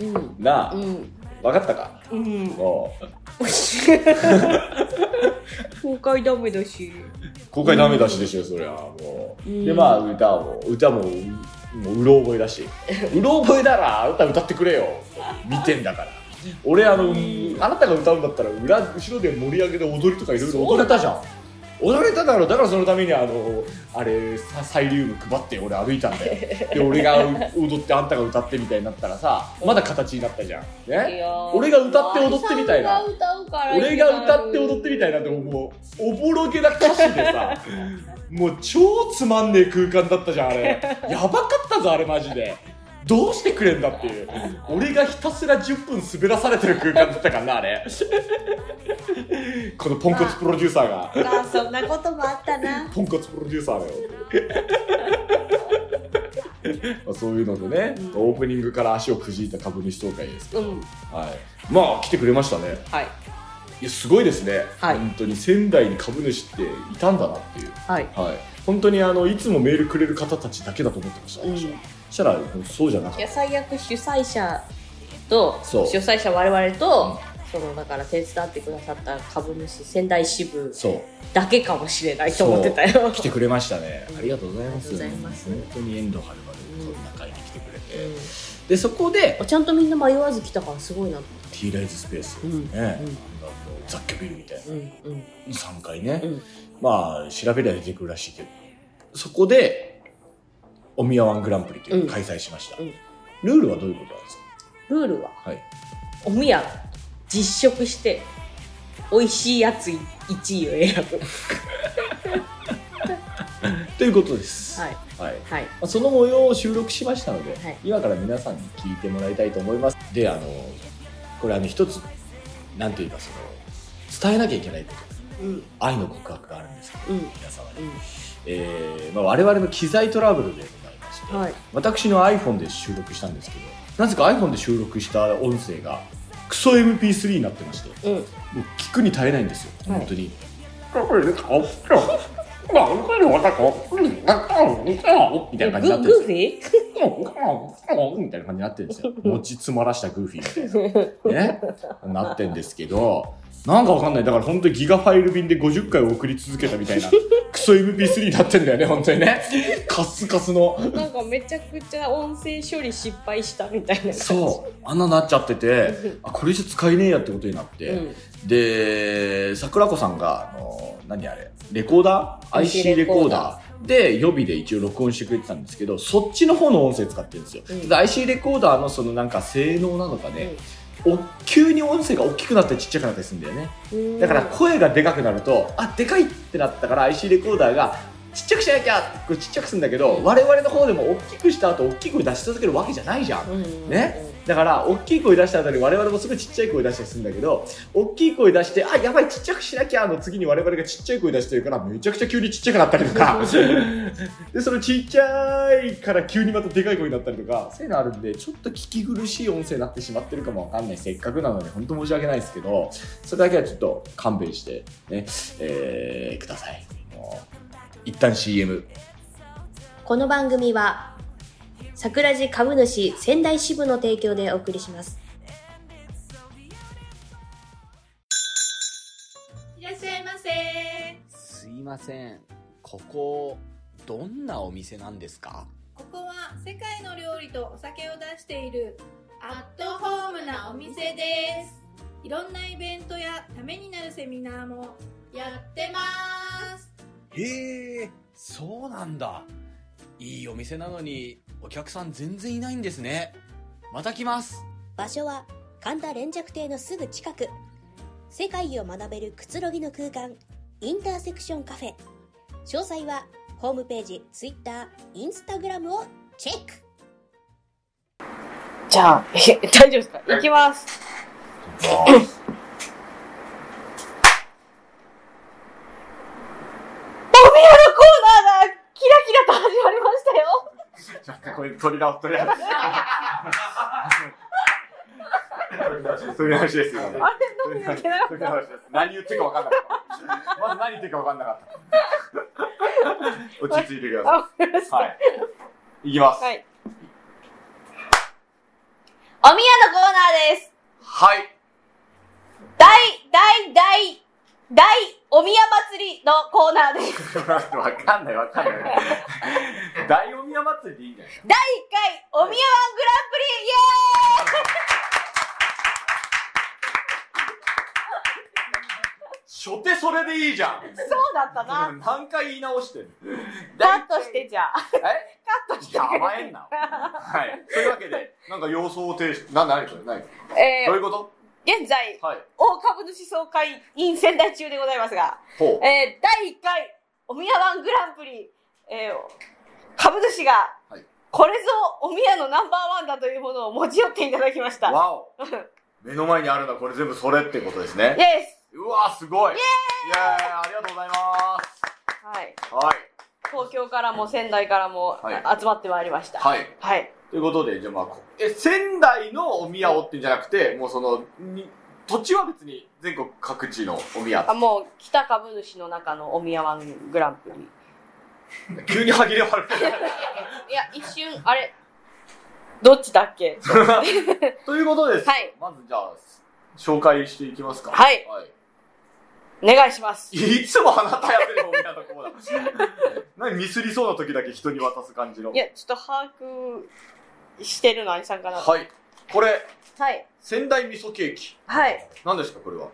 うん
なあ、
う
わ
ん
分かったか
うん
もう
公開ダメだし
公開ダメ出しでしょそりゃもう、
うん
でまあ歌も歌もうもううろ覚えだ しうろ覚えならあなた歌ってくれよ見てんだから俺あの、
うん
あなたが歌うんだったら裏後ろで盛り上げで踊りとかいろいろ踊れたじゃん踊れただろだからそのためにあのあれさサイリウム配って俺歩いたんだよで俺が踊ってあんたが歌ってみたいになったらさまだ形になったじゃんね
いやー
俺が歌って踊ってみたいな
兄さんが歌うから
俺が歌って踊ってみたいなって
う
もうおぼろげな歌詞でさもう超つまんねえ空間だったじゃんあれやばかったぞあれマジでどうしてくれんだっていう俺がひたすら10分滑らされてる空間だったからなあれこのポンコツプロデューサーが
あーそんなこともあったな
ポンコツプロデューサーだよまあそういうのでね、
うん
オープニングから足をくじいた株主総会ですけ
うん
ど、はい、まあ来てくれましたね
はい
いやすごいですね、
はい
本当に仙台に株主っていたんだなっていう、
はい
はい、本当にあのいつもメールくれる方たちだけだと思ってました、
うん
私はそしたらそうじゃなかっ
いや最悪主催者と
そう
主催者我々と、そのだから手伝ってくださった株主仙台支部
たそう
だけかもしれないと思ってたよ。
来てくれましたね
うん
ありがとうございます
ありがとうございます
本当に遠藤はるばるこんな会に来てくれて、
うん
でそこで
あちゃんとみんな迷わず来たからすごいな。
T ライズスペース、
うん
ね、
うん
なんかもう雑居ビルみたいな
うんうん
3階ね、
うん
まあ調べりゃ出てくるらしいけどそこでおみやワングランプリというのを開催しました、
うんうん
ルールはどういうことなんです
ルールは
かはい
おみや実食して美味しいやつ1位を選ぶ。
ということです。
はい
はい。
はい。
まあその模様を収録しましたので、
はい
今から皆さんに聞いてもらいたいと思います。で、あの、これあの一つ、なんていうかその、伝えなきゃいけないこと、
うん
愛の告白があるんですけど、
うん
皆様に。
う
えーまあ、我々の機材トラブルでございまして、
んはい。
私の iPhone で収録したんですけど、なぜか iPhone で収録した音声が、クソ MP3 になってまして、
うん
もう聞くに耐えないんですよ、
はい
本当に。みたいな感じになってるんで
ググーフィー？
すよ。みたいな感じになってるんですよ。持ち詰まらしたグーフィーみたいな。ね。なってんですけど、なんかわかんない。だから本当にギガファイル便で50回送り続けたみたいな、クソ MP3 になってんだよね、本当にね。カッスカスの。
なんかめちゃくちゃ音声処理失敗したみたいな感じ。
そう。あんななっちゃってて、あ、これじゃ使えねえやってことになって。
うん
で桜子さんがあの何あれレコーダー IC
IC
レ
レ
コ
コ
ー
ー
ダ
ダ
ーで予備で一応録音してくれてたんですけどそっちの方の音声使ってるんですよ、
うん
ただ IC レコーダーのそのなんか性能なのかね、お急に音声が大きくなったりちっちゃくなったりするんだよね
うん
だから声がでかくなるとあでかいってなったから IC レコーダーがちっちゃくしなきゃってこうちっちゃくするんだけど我々の方でも大きくした後大きい声出し続けるわけじゃないじゃん
うん
ねだから大きい声出したあたり我々もすごいちっちゃい声出したりするんだけど大きい声出してあやばいちっちゃくしなきゃの次に我々がちっちゃい声出してるからめちゃくちゃ急にちっちゃくなったりとかでそのちっちゃいから急にまたでかい声になったりとかそういうのあるんでちょっと聞き苦しい音声になってしまってるかもわかんないせっかくなので本当申し訳ないですけどそれだけはちょっと勘弁してねえーくださいもう一旦 CM
この番組は桜地株主仙台支部の提供でお送りします
いらっしゃいませ。
すいません。ここ、どんなお店なんですか
ここは世界の料理とお酒を出しているアットホームなお店です。いろんなイベントやためになるセミナーもやってます。
へえ、そうなんだ。いいお店なのに、お客さん全然いないんですね。また来 ます。
場所は神田連雀亭のすぐ近く世界を学べるくつろぎの空間インターセクションカフェ詳細はホームページ Twitter、Instagram をチェック
じゃあ、え大丈夫ですか行きます。
れ取り直すとりあえず。取り直しですよ。
あれ、なんでいけなかっ
取り直しです。何言ってるか分かんなかった。まず何言ってるか分かんなかった。落ち着いてくだ
た。あ、わかりました。
さい。はい。いきます。
はい。おみやのコーナーです。
はい。
大、大、大、大、おみや祭りのコーナーです。
ちょっと待って わかんないわかん ない。大お宮祭りでいいんじゃないですか。
第1回おみやワングランプリイエーイ
初手それでいいじゃん。
そうだったな。
何回言い直してる。
カットしてじゃあ。
え
カットして
や甘えんな。はい。というわけで、なんか様相を呈して、な、なにそれ、なに
え
どうい
ー
うこ
現在、
とはい。
大株主総会員仙台中でございますが、
ほう。
えー、第1回おみやワングランプリ、えー、株主が
はい、
これぞおみやのナンバーワンだというものを持ち寄っていただきました。
わお。目の前にあるのはこれ全部それってことです
イ
ね。
エス
うわすごい。イエーイありがとうございます。
はい。
はい。
東京からも仙台からも
はい
あ集まってまいりました。はい。
はい。ということで、じゃあまあ、こえ、仙台のお宮をっていうんじゃなくて、もうその、に土地は別に全国各地のお宮
あ、もう、北株主の中のおみやワングランプリ。
急に歯切れ悪い。
いや、一瞬、あれ、どっちだっけ
ということです。
はい。
まずじゃあ、紹介していきますか。
はいお願いします。
い、いつもあなたやってるお宮のコーナー。何ミスりそうな時だけ人に渡す感じの。
いや、ちょっと把握してるの、兄さんかな。
はい。これ、
はい。
仙台味噌ケーキ。
はい。
何ですか、これは。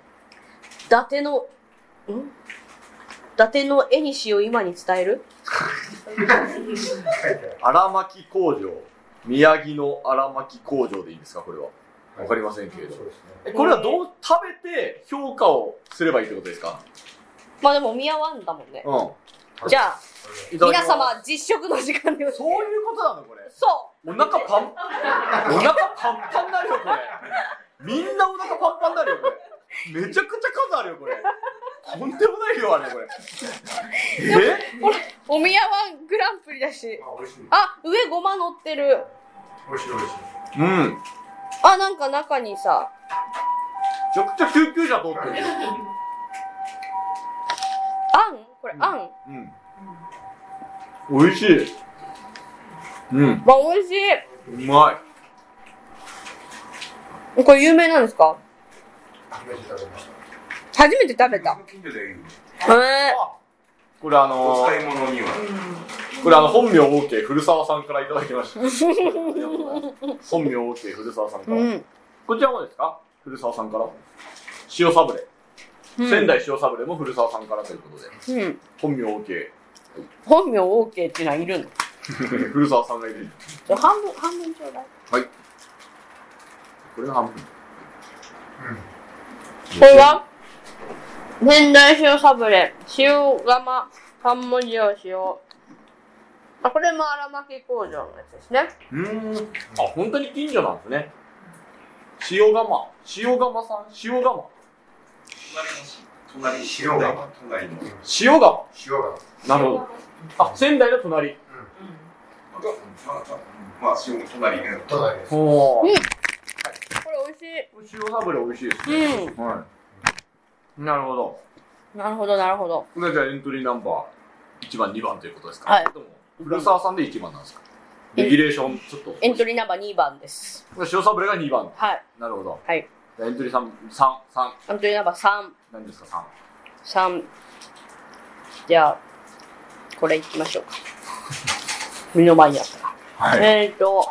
伊達の、ん伊達の絵にしを今に伝える
荒牧工場。宮城の荒牧工場でいいんですか、これは。わかりませんけれど
そう。ですね。
えこれはどう食べて評価をすればいいってことですか
まあでも、おみやワンだもんね。
う
じゃあ、
ん。いただきま
皆
す。
様、実食の時間でござい
そ
ま
ういうことなの、これ。
す。そ
お腹パン、お腹パンパンになるよ、これ。みんなお腹パンパンになるよ、これ。めちゃくちゃ数あるよ、これ。とんでもない量あるよ、これ。え
うおみやワングランプリだし。
あ、美味しい。
あ、上ごま乗ってる。
美味しい、美味しい。
うん。め
あ、なんか中にさ、
ちゃくちゃ救急車通ってるよ。
あんこれ、あん
うん。美味しい。うん。
まあ、美味しい。
うまい。
これ有名なんですか
初めて食べました。
初めて食べた。
近所でいいの
へ
これあの
お
ー
買い物には。
これあの、本名 OK 古澤さんからいただきま した。ありがとうございます本名 OK 古澤さん
え。
から。
うん。
こちらもですか古澤さんから。塩サブレ。仙台塩サブレも古澤さんからということで。
うん。
本名 OK。
本名 OK っていうのはいるの
古澤さんがいる。
ちょ半分、半分ちょうだい。
これが半分。
これは仙台塩サブレ、塩釜、三文字を塩。あ、これも荒巻工場のやつですね。
うーん。あ、本当に近所なんですね。塩釜。塩釜さん塩釜。
隣に塩が。隣の。
塩釜。
塩が。
なるほど。あ、仙台の隣。
まあ、塩も隣の。隣です。
ほー。
これ美味し
塩サブレ美味しいですね。
い。う
はい。なるほど。
ん。なるほど、なるほど。
これじゃあエントリーナンバー1番2番ということですか
はい
でも古澤さんで1番なんですかレギュレーションちょっと
エントリーナンバー2番です。
塩サブレが2番
はい。
なるほど
はい
じゃあエントリー33
エントリーナンバー
何ですか
3、3。じゃあ、これ行きましょうか。目の前にあったか
3は
ら。えーと、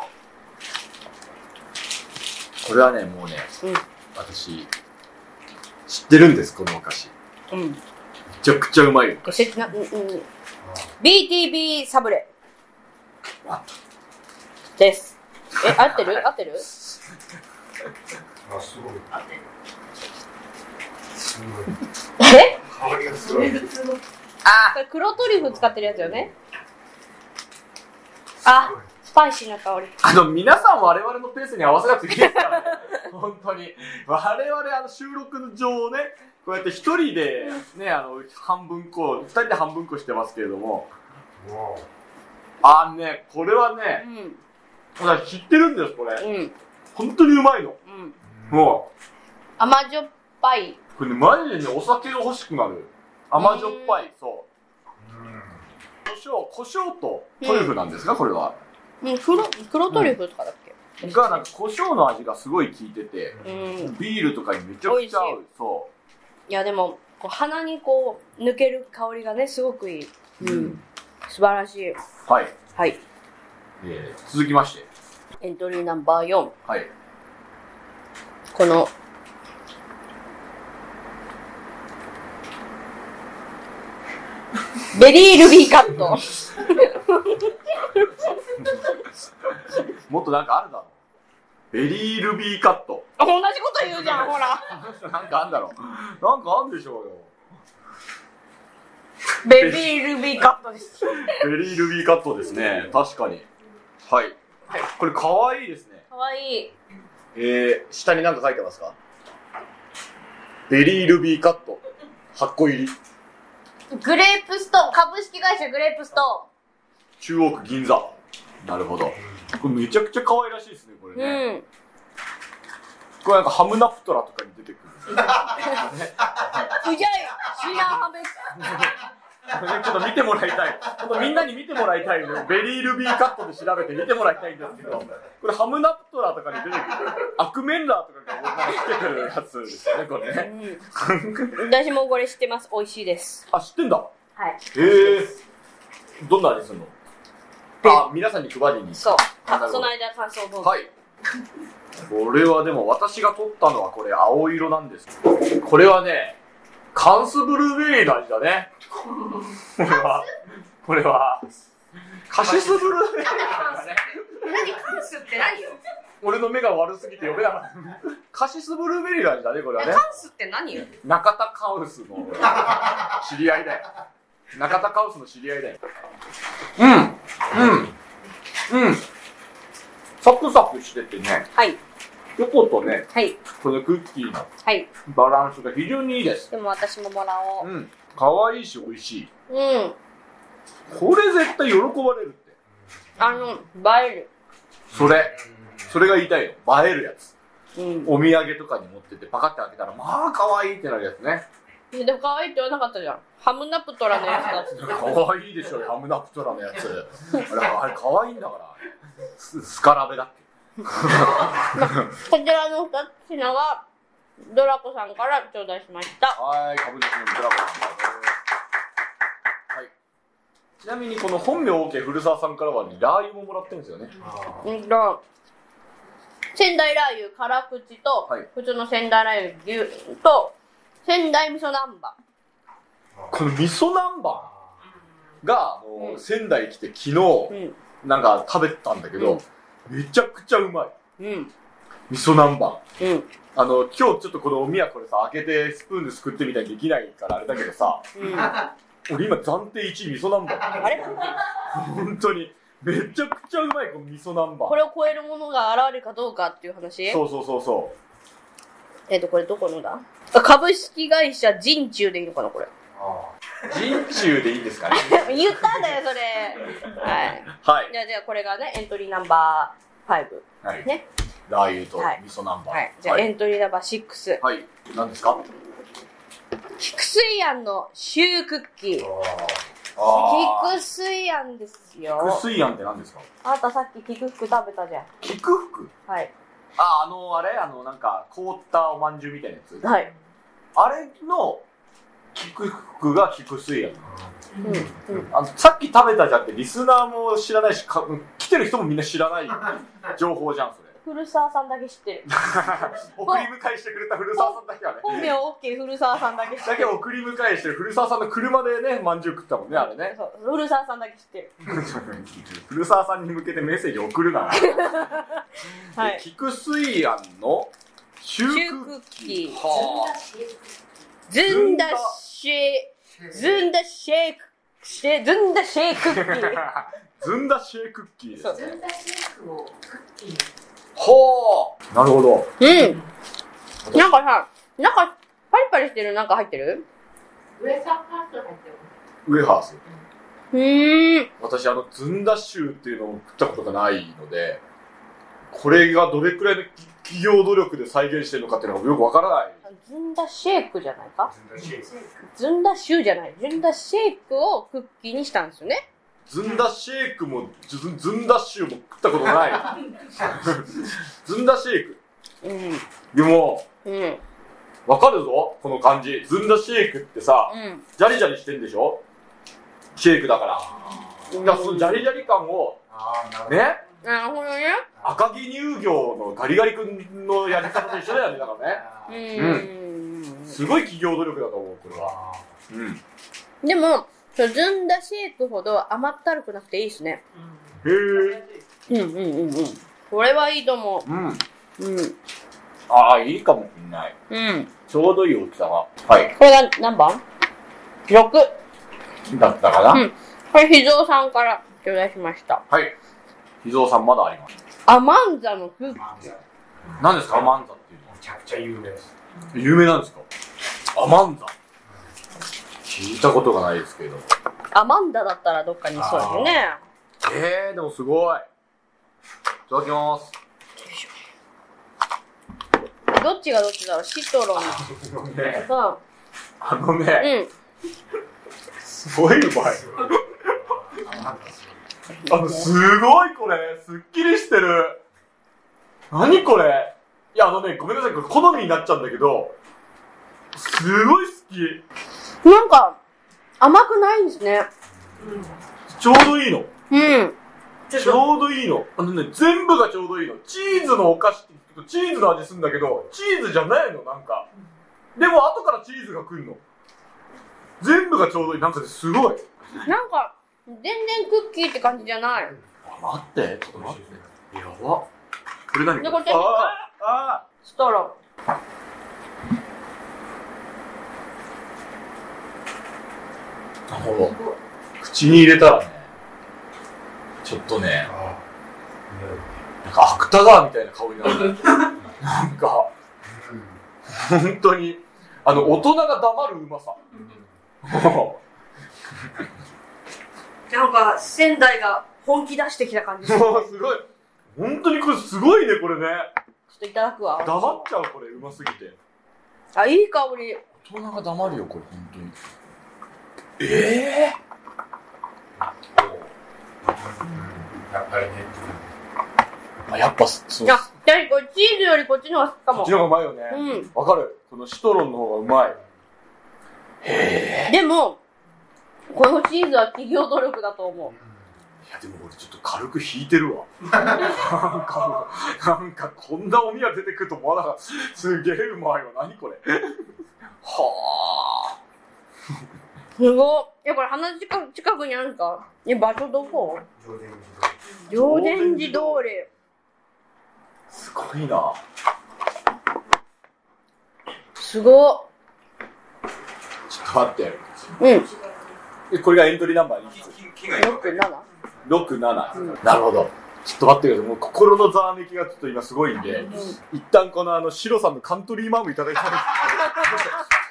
これはねもうね
うん
私知ってるんですこのお菓子め
うん。
ちゃくちゃうまいよ
ご説明、うんうん。BTB サブレ。です。え、合ってる合ってる
あ、すごい。すごい。
え
香りがすごい。
あこれ黒トリュフ使ってるやつよね。あ、スパイシーな香り。
あの皆さん我々のペースに合わせなくていいですからね本当に我々あの収録上ねこうやって一人でねあの半分こう二人で半分こしてますけれども
も
あーね、これはね、
ん。
私知ってるんです、これ。
うん。
本当にうまいの。
うん。
も
甘じょっぱい。
う、これね、マジでね、お酒が欲しくなる。甘じょっぱい、そう。胡椒、胡椒とトリュフなんですか、これは。
うん、黒、黒トリュフとかだっけ、
が、なんか胡椒の味がすごい効いてて、
うん。い
ビールとかにめちゃくちゃ合
美
う。そ
や、でも、こう鼻にこう、抜ける香りがね、すごくいい。
う。うん。
素晴らしい。
はい。
はい。
えー続きまして。
エントリーナンバー4。
はい。
この、ベリールビーカット。
もっとなんかあるだろベリールビーカット。
同じこと言うじゃん、ほら。
なんかあんだろなんかあんでしょうよ。
ベビールビーカットです。
ベリールビーカットですね。確かに。はい。これ可愛いですね。
かわいい。
えー、下に何か書いてますかベリールビーカット。8個入り。
グレープストーン、株式会社グレープスト
中央区銀座。なるほど。これめちゃくちゃ可愛らしいですね、これ
ー
ね。
ン。うん。
これなんかハムナプトラとかに出てくる。
不じゃい、シナハベ
これねちょっと見てもらいたい。ちょっとみんなに見てもらいたいので、ベリールビーカットで調べて見てもらいたいんですけど、これハムナプトラとかに出てくる、アクメンラーとかが出てくるやつですよね、これね。
私もこれ知ってます。美味しいです。
あ、知ってんだ。
はい。
へえ。どんな味するのあ、皆さんに配りに。
そう。
なるほど
その間感想どうぞ。
はい。これはでも私が取ったのはこれ青色なんです。これはね、カンスブルーベリーの味だね。これは、これは、カシスブルーベリーなんだね。
何カンスって何よ
俺の目が悪すぎて読めなかった。カシスブルーベリーの味だね、これはね。
スって何よ
中田カウスの知り合いだよ。中田カウスの知り合いだよ。うん、うん、うん。サクサクしててね、
はい。
チョコとね、
はい。
このクッキーの
はい。
バランスが非常にいいです。
でも私ももらおう。
うん。可愛いし美味しい。
うん。
これ絶対喜ばれるって。
あの、映える。
それ。それが言いたいの。映えるやつ。
うん。
お土産とかに持ってってパカって開けたら、まあ可愛いってなるやつね。
でも可愛いって言わなかったじゃん。ハムナプトラのやつだって。
可愛いでしょ、ハムナプトラのやつ。あれ、あれ可愛いんだから。ススカラベだっ
こちらの二品は、ドラコさんから頂戴しました
け。。はーい、株主のブラボーはい。ちなみに、この本名 OK 古澤さんからはね、ラー油ももらってるんですよね。
うんと、仙台ラー油辛口と、
はい
普通の仙台ラー油牛と、仙台味噌南蛮。
この味噌南蛮が、あの
うん
仙台来て昨日、
うん。
なんか食べたんだけど、めちゃくちゃうまい。
うん。
味噌南蛮。
うん。
あの、今日ちょっとこのおみやこれさ、開けてスプーンですくってみたいにできないからあれだけどさ、
うん。
俺今暫定1位味噌南蛮。
あれ
本当に。めちゃくちゃうまい、この味噌南
こ
蛮。
れを超えるものが現れるかどうかっていう話
そうそうそうそ
えっと、これどこのだあ株式会社人中でいいのかなこれ。
う。人中でいいんですかね。
言ったんだよ、それ。はい。
はい。
じゃあ、じゃあこれがね、エントリーナンバー5。
はい。
ね
ラー油と
はい
味噌南蛮。
はい。じゃあ、
はい
エントリーナンバー6。
はい。何ですか
菊水庵のシュークッキー。
あ
菊水庵です
ー。
よ。
水庵って何ですか
あなたさっき菊福食べたじゃん。
菊福
はい。
あ、あの、あれあの、なんか、凍ったおまんじゅうみたいなやつ。
はい。
あれの、菊福が菊水庵。
うん。うん。
あの、さっき食べたじゃんって、リスナーも知らないし、か来てる人もみんな知らない情報じゃん、それ。
古澤さんだけ知ってる。
送り迎えしてくれた古澤さんだけはね。
本名 OK 古澤さんだけ知って
だ
る。
け送り迎えして、古澤さんの車でね、まんじゅう食ったもんね、あれ ね。
そう。古澤さんだけ知ってる。
古澤さんに向けてメッセージ送るな ら。
はい
で。菊水庵のシュークッキ
シュー
ー。
クッキー
は
ずんだし、ずんだシェイク、シェずんだシェイクッキー。
あ。ずんだシェイクッキーです
そう
ね。ほうなるほど。
うん。なんかさ、なんか、パリパリしてるなんか入ってる
ウェハース。
うーん。
私、あの、ずんだシューっていうのを食ったことがないので、これがどれくらいの企業努力で再現してるのかっていうのがよくわからない。
ずんだシェイクじゃないか
す
ずんだシューじゃない。ずんだシェイクをクッキーにしたんですよね。
ずんだシェイクも、ずずんだシューも食ったことない。 ずんだシェイク。
う
でも、
ん。うん。
わかるぞこの感じ。ずんだシェイクってさ、
うん。
ジャリジャリしてんでしょシェイクだから。だからそのジャリジャリ感を、
ああ、なるほど。
ね、
なるほどね。
赤木乳業のガリガリ君のやり方と一緒だよね、だからね。
あ
う
ー
ん。
すごい企業努力だと思う、これは。
あ
うん。へ
でも、そのずんだシェイクほど甘ったるくなくていいですね。
え。
うんうんうんうん。これはいいと思
うん。
う。うん。うん。
ああ、いいかもしんない。ちょうどいい大きさが。はい。
これが何番 ?6。
だったかな。
うんこれ、秘蔵さんから頂戴しました。
はい。秘蔵さんまだあります。
アマンザのクッ
ーまあじゃ
何ですかアマンザっていう
あめちゃくちゃ有名です。
の有名なんですかアマンザ聞いたことがないですけど。
アマンダだったらどっかにそうですね。
えー、でもすごい。いただきます。
どっちがどっちだろうシトロンとか。
あの
う
ね、
ん。
すごいうまい。あの、すごいこれ、すっきりしてる。何これ。いや、あのね、ごめんなさい、これ好みになっちゃうんだけど、すごい好き。
なんか、甘くないんですね。
ちょうどいいの。
うん。
ちょうどいいの。あのね、全部がちょうどいいの。チーズのお菓子って言うとチーズの味するんだけど、チーズじゃないの、なんか。でも、後からチーズが来るの。全部がちょうどいい。なんかねすごい。
なんか、全然クッキーって感じじゃない。
あ、待って。ちょっと待って。やば。これ何
でこれ
ああ、あ
シトロ
あ。なるほど。口に入れたらね、ちょっとね、
あ
なんか芥川みたいな香りなんだよ。なんか、
ーうん
本当に、あの、大人が黙るうまさ。
ン。なんか、仙台が本気出してきた感じ。 ちょっ
もうすごい。本当にこれすごいね、これね。
といただくわ。
黙っちゃう、これ、うますぎて。
あ、いい香り。
大人が黙るよ、これ、本当に。ええ
やっぱりね。
あ、やっぱ、そう。
あ、確かにチーズよりこっちの方が好きか
こっ
も
ち。の方がうまいよね。
う
わかる。このシトロンの方がうまい。
ん。でも、このチーズは企業努力だと思
いや、でも俺ちょっと軽く引いてるわ。なんかもう、なんかこんなおみや出てくると思わなかった。すげえうまいわ。何これ。は
う。すごい。やっぱり花近く近くにあるんかえ、場所どこ
上手に
上田寺通り。
あ。すごいな。
すご
ちょっと待って。
い。うん。
えこれがエントリーナンバーいくつ
木がいっぱい
よく
6、
7?
7、なるほど。ちょっと待ってください。もう心のざわめきがちょっと今すごいんで、一旦このあの、シロさんのカントリーマームいただきたいん です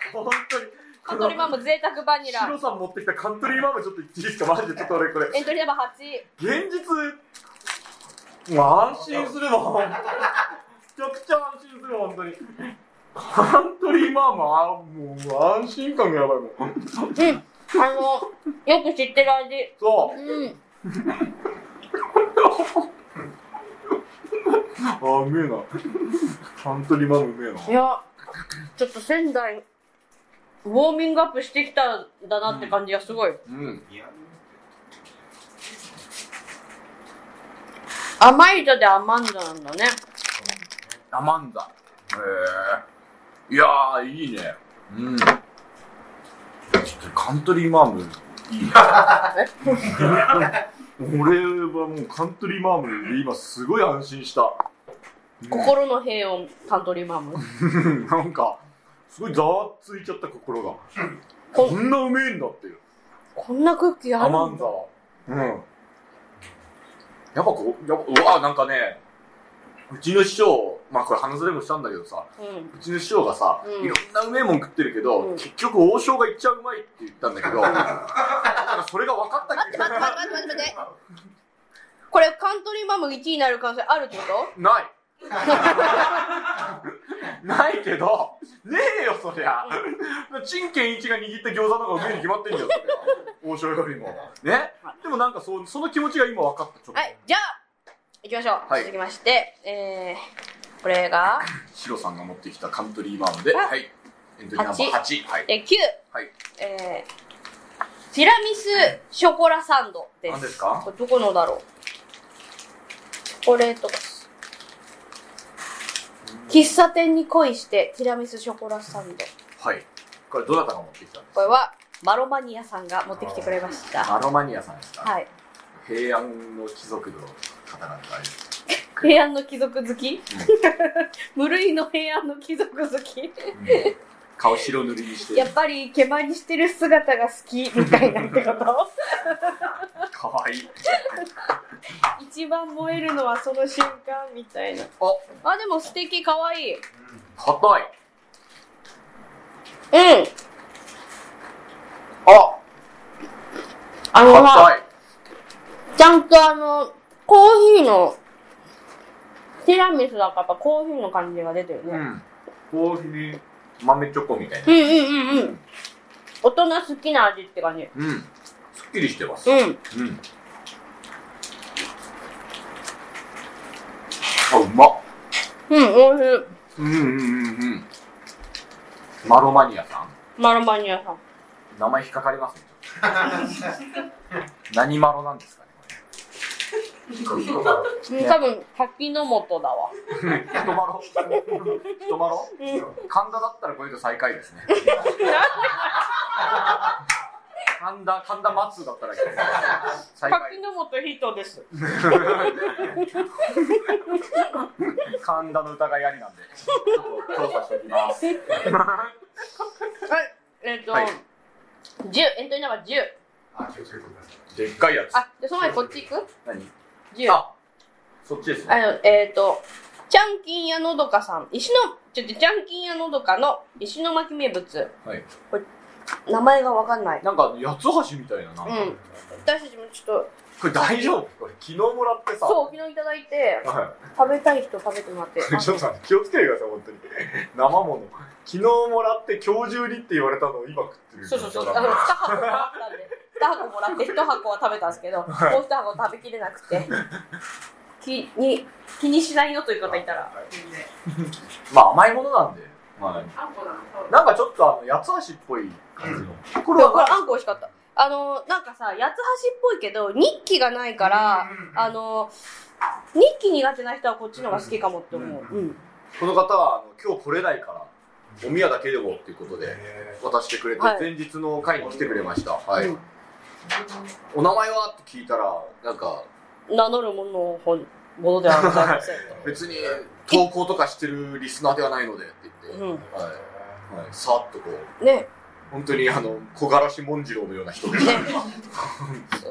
けど本当に。
カントリーマーム贅沢バニ
シロ
ラ。
さん持ってきたカントリーマームちょっと言っていいですかマジでちょっと俺これ。
エントリーナンバ
現実、もう安心するもん。めちゃくちゃ安心するもん、本当に。カントリーマームあ、もう安心感がやばいもん。
ー8。あの、よく知ってる味。
そう。
うん。
あ、うめえな。カントリーマームうめえな。
いや、ちょっと仙台、ウォーミングアップしてきたんだなって感じがすごい。
うん。
甘いので甘んじなんだね。
アマンダ。へえ。いやー、いいね。うん。ちょっとカントリーマーム、いいね。 俺はもうカントリーマームで今すごい安心した。
心の平穏、カントリーマーム。
うんなんか、すごいざわついちゃった心が。
こ
こんなうめえんだっていう。
こんなクッキー
ア
あるんだ
マンザは。うん。やっぱこう、やっぱ、うわ、なんかね、うちの師匠、まあこれ話でもしたんだけどさ、
うん。
うちの師匠がさ、
うん
いろんなうめえもん食ってるけど、
うん
結局王将がいっちゃうまいって 言ったんだけど、なんかそれが分かった気が
待って待って待って待って待って
これカントリーマム1位になる可能性あるってこと
ない ないけど、ねえよ、そりゃ。陳建一が握った餃子の方がうめえに決まってんじゃん、そりゃ王将よりも。ねでもなんかそう、その気持ちが今分かった、ちょっと。
はい、じゃあ、行きましょう。
はい
続きまして、えー、これが、
シロさんが持ってきたカントリーマームで、
あ
はい。エントリーナンバー8。はい。
えー、9、
はい。
えー、ティラミスショコラサンドです。
何ですか
これどこのだろうチョコレートです。喫茶店に恋してティラミスショコラサンド。
はい。これどなたが持ってきたんです
これ
か
はマロマニアさんが持ってきてくれました。
アロマニアさんですか
はい。
平安の貴族の方なんかあれです
平安の貴族好き 無類の平安の貴族好き
うん顔白塗りにして
やっぱり毛まにしてる姿が好きみたいなってこと
かわいい
一番燃えるのはその瞬間みたいな
あ
あでも素敵可愛いうん
硬いあ
あのな
硬い
ちゃんとあのコーヒーのティラミスだからやっぱコーヒーの感じが出てる
う
ね
んコーヒー豆チョコみたいな
うんうんうんうん大人好きな味って感じ
うんすっきりしてます
うん
うんあうまっ
うん美味し
う
い
んうんうんうんマロマニアさん
マロマニアさん
名前引っかかり ますね何マロなんですかねこれ
うん多分滝の本だわ
人マ ロ人マロ神田だったらこれと最下位です ね。神田、神田松だったら最下
滝の本ヒットです
位。神田の疑いありなんで、ちょっと調査しておきます。
はい、えっ、と、
はい
10、エントリーナンバー10。
あ、気をつけてください。
でっかいやつ。
あ、で、その前にこっち行く
何
?10。あ
そっちですね。
の、えっ、と、ちゃんきんやのどかさん。石の、ちょっと、ちゃんきんやのどかの石巻名物。
はい。
名前がわかんない。
なんか、八つ橋みたいな、なん
う
か。
ん。私たちもちょっ
これ大丈夫これ昨日もらって
と、
さ。
そう、昨日いただいて、
は
食べたい人食べてもら って。
い。 ちょっと待って気をつけてください、本当に。 生もの。昨日もらって今日中にって言われたのを今食ってる。
そうそうそう。だから2箱もらったんで、2箱もらって1箱は食べたんですけど、もう1箱食べきれなくて。気に、気にしないよという方いたら。
まあ甘いものなんで。まあ、なんかちょっとあの八つ橋っぽい感じの。こ
これこれあんこ美味しかった。あの、なんかさ、八つ橋っぽいけど、日記がないから、あの、日記苦手な人はこっちのが好きかもって思う。うん。
この方はあの今日来れないから、お宮だけでもっていうことで渡してくれて、
はい
前日の会に来てくれました。はい。
うん
お名前はって聞いたら、なんか
名乗るものを本ものではございません。
別に投稿とかしてるリスナーではないのでって言って、
う
はい。はい、さーっとこう、
ん。ね、
本当にあの小柄し文次郎のような人で
ね。そう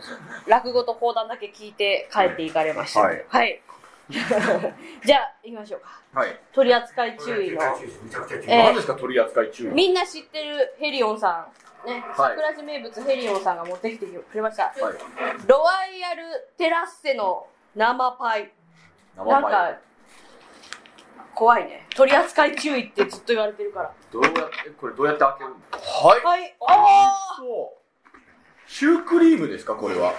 そう落語と講談だけ聞いて帰っていかれました。
はい。
はい。 じゃあ、行きましょうか。
はい。
取り扱い注意の。
めちゃくちゃ気をつけて
えー
何ですか取り扱い注意。
みんな知ってるヘリオンさん。ね、
はい
桜地名物ヘリオンさんが持ってきてくれました。
はい。
ロワイヤルテラッセの生パイ。な
生
ん
パイ。
か、怖いね。取り扱い注意ってずっと言われてるから。
どうやって、これどうやって開けるんだはい。
はい。
そう。シュークリームですか、これは。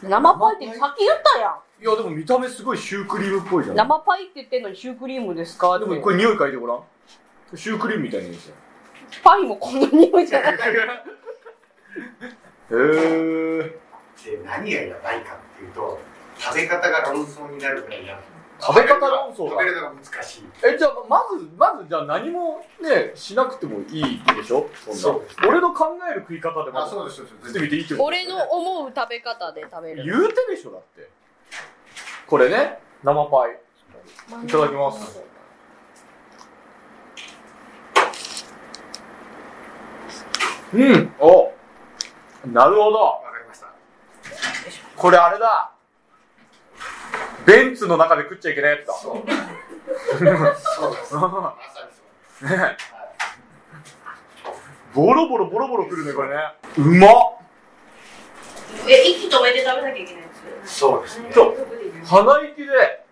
生パイってさっき言ったや
いや、でも見た目すごいシュークリームっぽいじゃん。
ん。生パイって言ってんのにシュークリームですかっ
で
て。
もこれ匂い嗅いでごらん。シュークリームみたいな匂いですよ。
パイもこんな匂いじゃない。
へー。
で何がやばいかっていうと食べ方が論争になるからいな
食べ方論争
食
が
べ。るのが難しい
え、じゃあ、まず、まず、じゃあ何もね、しなくてもいいでしょそんな。
そうです
俺の考える食い方でまず、
うですそう
してみていいってこと
俺の思う食べ方で食べる。
言うてでしょ、だって。これね、生パイ。いただきます。うん、おなるほど。
わかりました
これあれだ。ベンツの中で食っちゃいけないやつだ。
そうそうですまさにそうです
ね ボロボロボロボロくるね、これね。うまっ
え、息止めて食べなきゃいけないんです
そうですね
そう。鼻息で、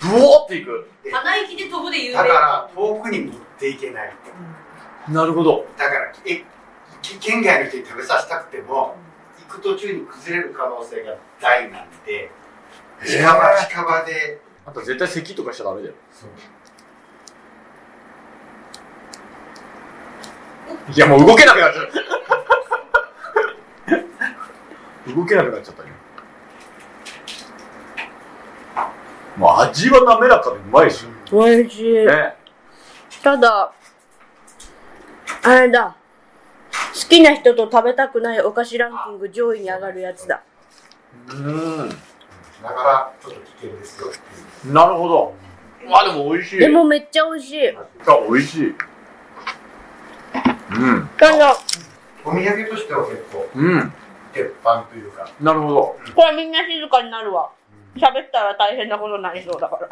ブワーっていく。
鼻息で飛ぶで有名
だから遠くに持っていけない
なるほど。
だからえき県外の人に食べさせたくても行く途中に崩れる可能性が大なんで近場近場で
あんた絶対咳とかしちゃダメだよ。いや、もう動けなくなっちゃった。動けなくなっちゃったよ。まあ、味は滑らかでうまいし。
美味しい。
ね。
ただ、あれだ。好きな人と食べたくないお菓子ランキング上位に上がるやつだ。
う
だからちょっと危険ですよってい
ん。なるほど。まあでも美味しい。
でもめっちゃ美味しい。
あ、美味しい。うん。
ただ、
うお土産としては結構
うん。
鉄板というか
なるほど。
これみんな静かになるわ。喋ったら大変なことになりそうだから。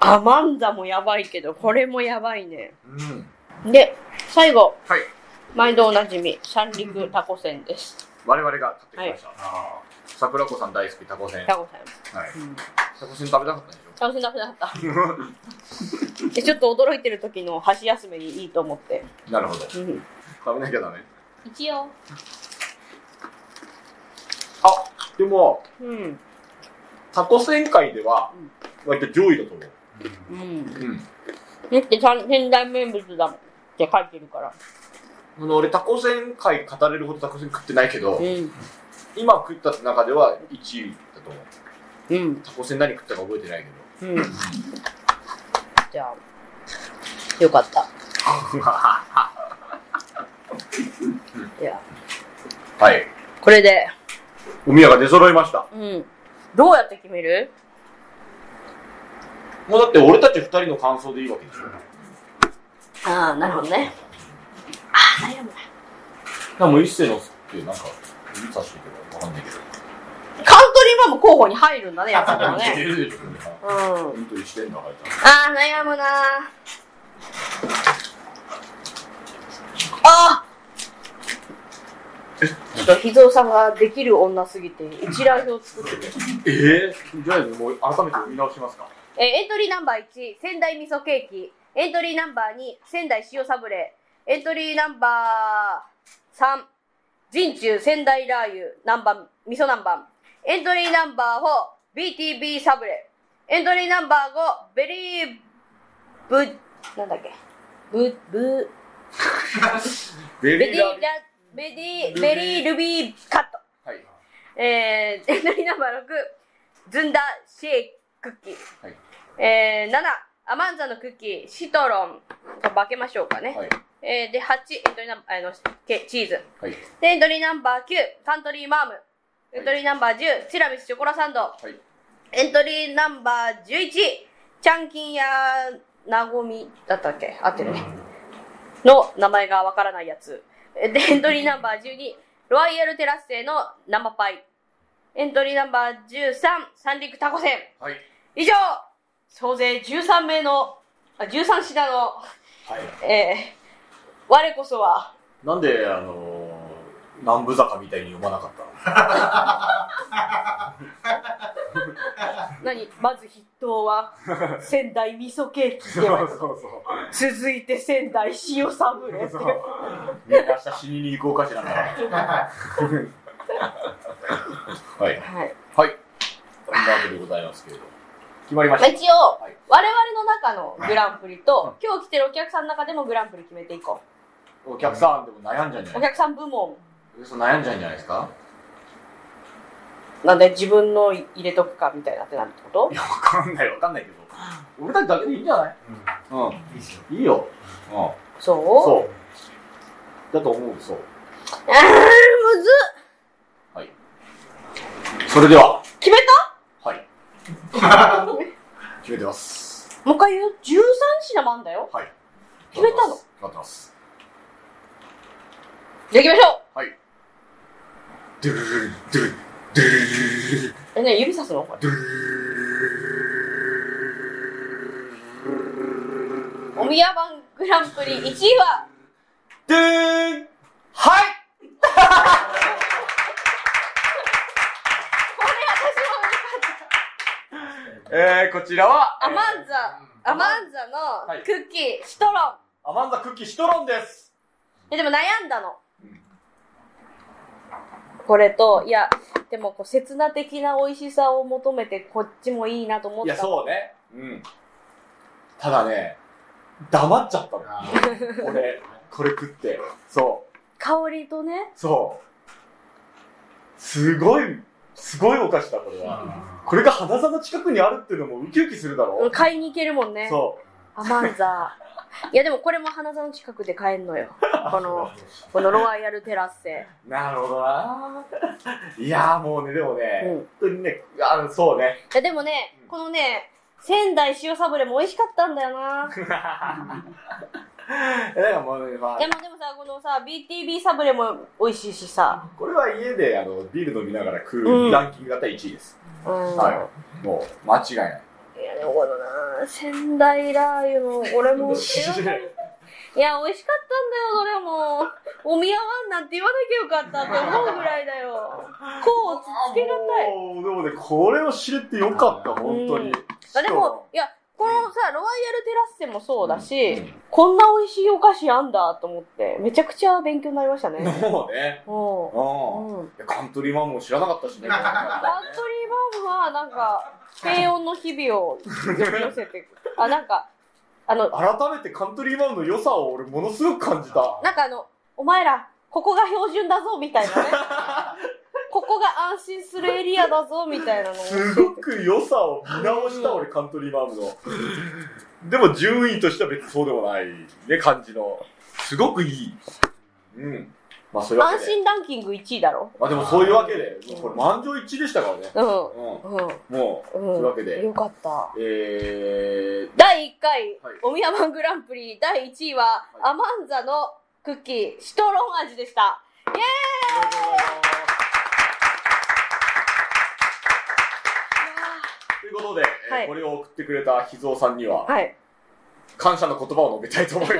アマンダもやばいけど、これもやばいね。
うん。
で、最後。
はい
毎度おなじみ、三陸タコせんです。
我々が買ってきました。桜子さん大好きタコせん。はい。
タコせん。
タコせん食べたかったんでしょ
タコせんなくなった。 でちょっと驚いてる時の箸休めにいいと思って。
なるほど。
うん
食べなきゃダメ。
一応。
あ、でも、
うん。
タコ旋回では、割と上位だと思う。
うん。
うん。
だって三仙台名物だもんって書いてるから。
あの、俺タコ旋回語れるほどタコせん食ってないけど、
ん。
今食った中では1位だと思う。
うん。
タコせん何食ったか覚えてないけど。
うん。じゃあ、よかった。いや、
はい。
これで、
お宮が出揃いました。
うん。どうやって決める
もうだって俺たち二人の感想でいいわけでしょ。
ああ、なるほどね。
でも一世のってなんか、指差してるけど、わかんないけど。
カントリーマンも候補に入るんだね、やっぱり
入れ
ね。
るでしょ、
うん。あ
うんと一点の入った。
あ、悩むなああちょっと、秘蔵さんができる女すぎて、一覧表作ってる。
ええじゃあもう改めて見直しますか。
えーエントリーナンバー1、仙台味噌ケーキ。エントリーナンバー2、仙台塩サブレ。エントリーナンバー3、人中仙台ラー油、南蛮、味噌南蛮。エントリーナンバー4、BTB サブレ。エントリーナンバー5、ベリー、ブ、なんだっけ。ブ、ブ、
ベ
ベリー
ー。、
ラベリー、ベリールビーカット。
はい。
えー、エントリーナンバー6、ずんだシェイクッキー。
はい
えー、7、アマンザのクッキー、シトロン。化けましょうかね。
はい。
えー、で、8、エントリーナンバー、あの、けチーズ。
はい。
で、エントリーナンバー9、カントリーマーム。エントリーナンバー10、ティラミスチョコラサンド。
い
エントリーナンバー11、チャンキンやなごみだったっけ合ってるね。の名前がわからないやつ。えで、エントリーナンバー12、ロワイヤルテラッセの生パイ。エントリーナンバー13、三陸タコ船。
はい。
以上総勢13名の、あ13品の、
はい。
えー、我こそは、
なんで、あのー、南部坂みたいに読まなかったの
何まず筆頭は仙台味噌ケーキでは
そうそう。
続いて仙台塩サブレって
みんな明日死にに行こうかしらな。はい。
はい、
はい。そんなわけでございますけれど。決まりま
まあ
し
一応
はい
我々の中のグランプリと今日来てるお客さんの中でもグランプリ決めていこ
た。お客さんでも悩んじゃうんじゃ
うお
ない
客さん部門
そう悩んじゃうんじゃないですか
なんで自分の入れとくかみたいなってなるってこと
いや、わかんない、わかんないけど。俺たちだけでいいんじゃないうん。いいよ。うん。
そう
そう。だと思う、そう。
あーむず
それでは、
っ決め
はい。決めてます。
たもう一回言う13品もあんだよ
はい。
決めたの
決まってます。
じゃあ行きましょう
はい。ドゥルルルルドゥルル
えね指さすのこれおみや版グランプリ1位は
ドゥーンはい
これ
こちらは、
アマンザ、アマンザ
はい
のクッキー、シトロン。
ザ。アマンザクッキーシトロンです。
え、でも悩んだの。これと、いや、でもこう、刹那的な美味しさを求めて、こっちもいいなと思っ
い
た。
や、そうね。うん。
ただね、
黙っちゃったの。
あ
俺、これ食って。そう。
香りとね、
そう。すごい、すごいお菓子だ、これ
ー
は。これが花座の近くにあるっていうのもウキウキするだろ
買いに行けるもんね。
そ
アマンザ。いや、でもこれも花座の近くで買えん のよ。この、このロワイヤルテラッセ。
う。なるほどな。 いやーもうね、でもね、
うん
本当にね、あの、そうね。
いや、でもね、このね、仙台塩サブレも美味しかったんだよ な。
え、だからもうね、まあ
で、もでもさ、このさ、BTB サブレも美味しいしさ。
これは家であのビール飲みながら食
う
うんランキングが第1位です。
うん。
はい。もう、間違いない。
いや、でもこのな、仙台ラー油の、俺 も、いや、美味しかったんだよ、それも。おみやわんなんて言わなきゃよかったって思うぐらいだよ。こうつつけがたい。
もう、でもね、これを知れてよかった、本当
う
に
ん。あでも、いや、このさ、ロワイヤルテラッセもそうだし、
うん
こんな美味しいお菓子あんだと思って、めちゃくちゃ勉強になりましたね。
もうね、
うん。
うん。
うん。
いやカントリーマンも知らなかった しね。
カントリーマームは、な んか、平穏の日々を呼び寄せて、あ、なんか、あの、
改めてカントリーマンの良さを俺ものすごく感じた。
なんかあの、お前ら、ここが標準だぞ、みたいなね。ここが安心するエリアだぞ、みたいなのを
すごく良さを見直した俺、カントリーマンの。でも順位としては別にそうでもないね、感じの。すごくいい。うん。まあそういうわ
安
けで。
心ランキング1位だろ。
まあでもそういうわけで、もうこれ満場一致でしたからね。
うん。
う
うん。
ん。もう、
うん。
というわけで
よかった。
えー、
第1回、
はい
おみやまんグランプリ第1位は、
は
アマンザのクッキー、シトロン味でした。イエーイ
ということで、えー
はい
これを送ってくれた秘蔵さんには、
はい。
感謝の言葉を述べたいと 思います。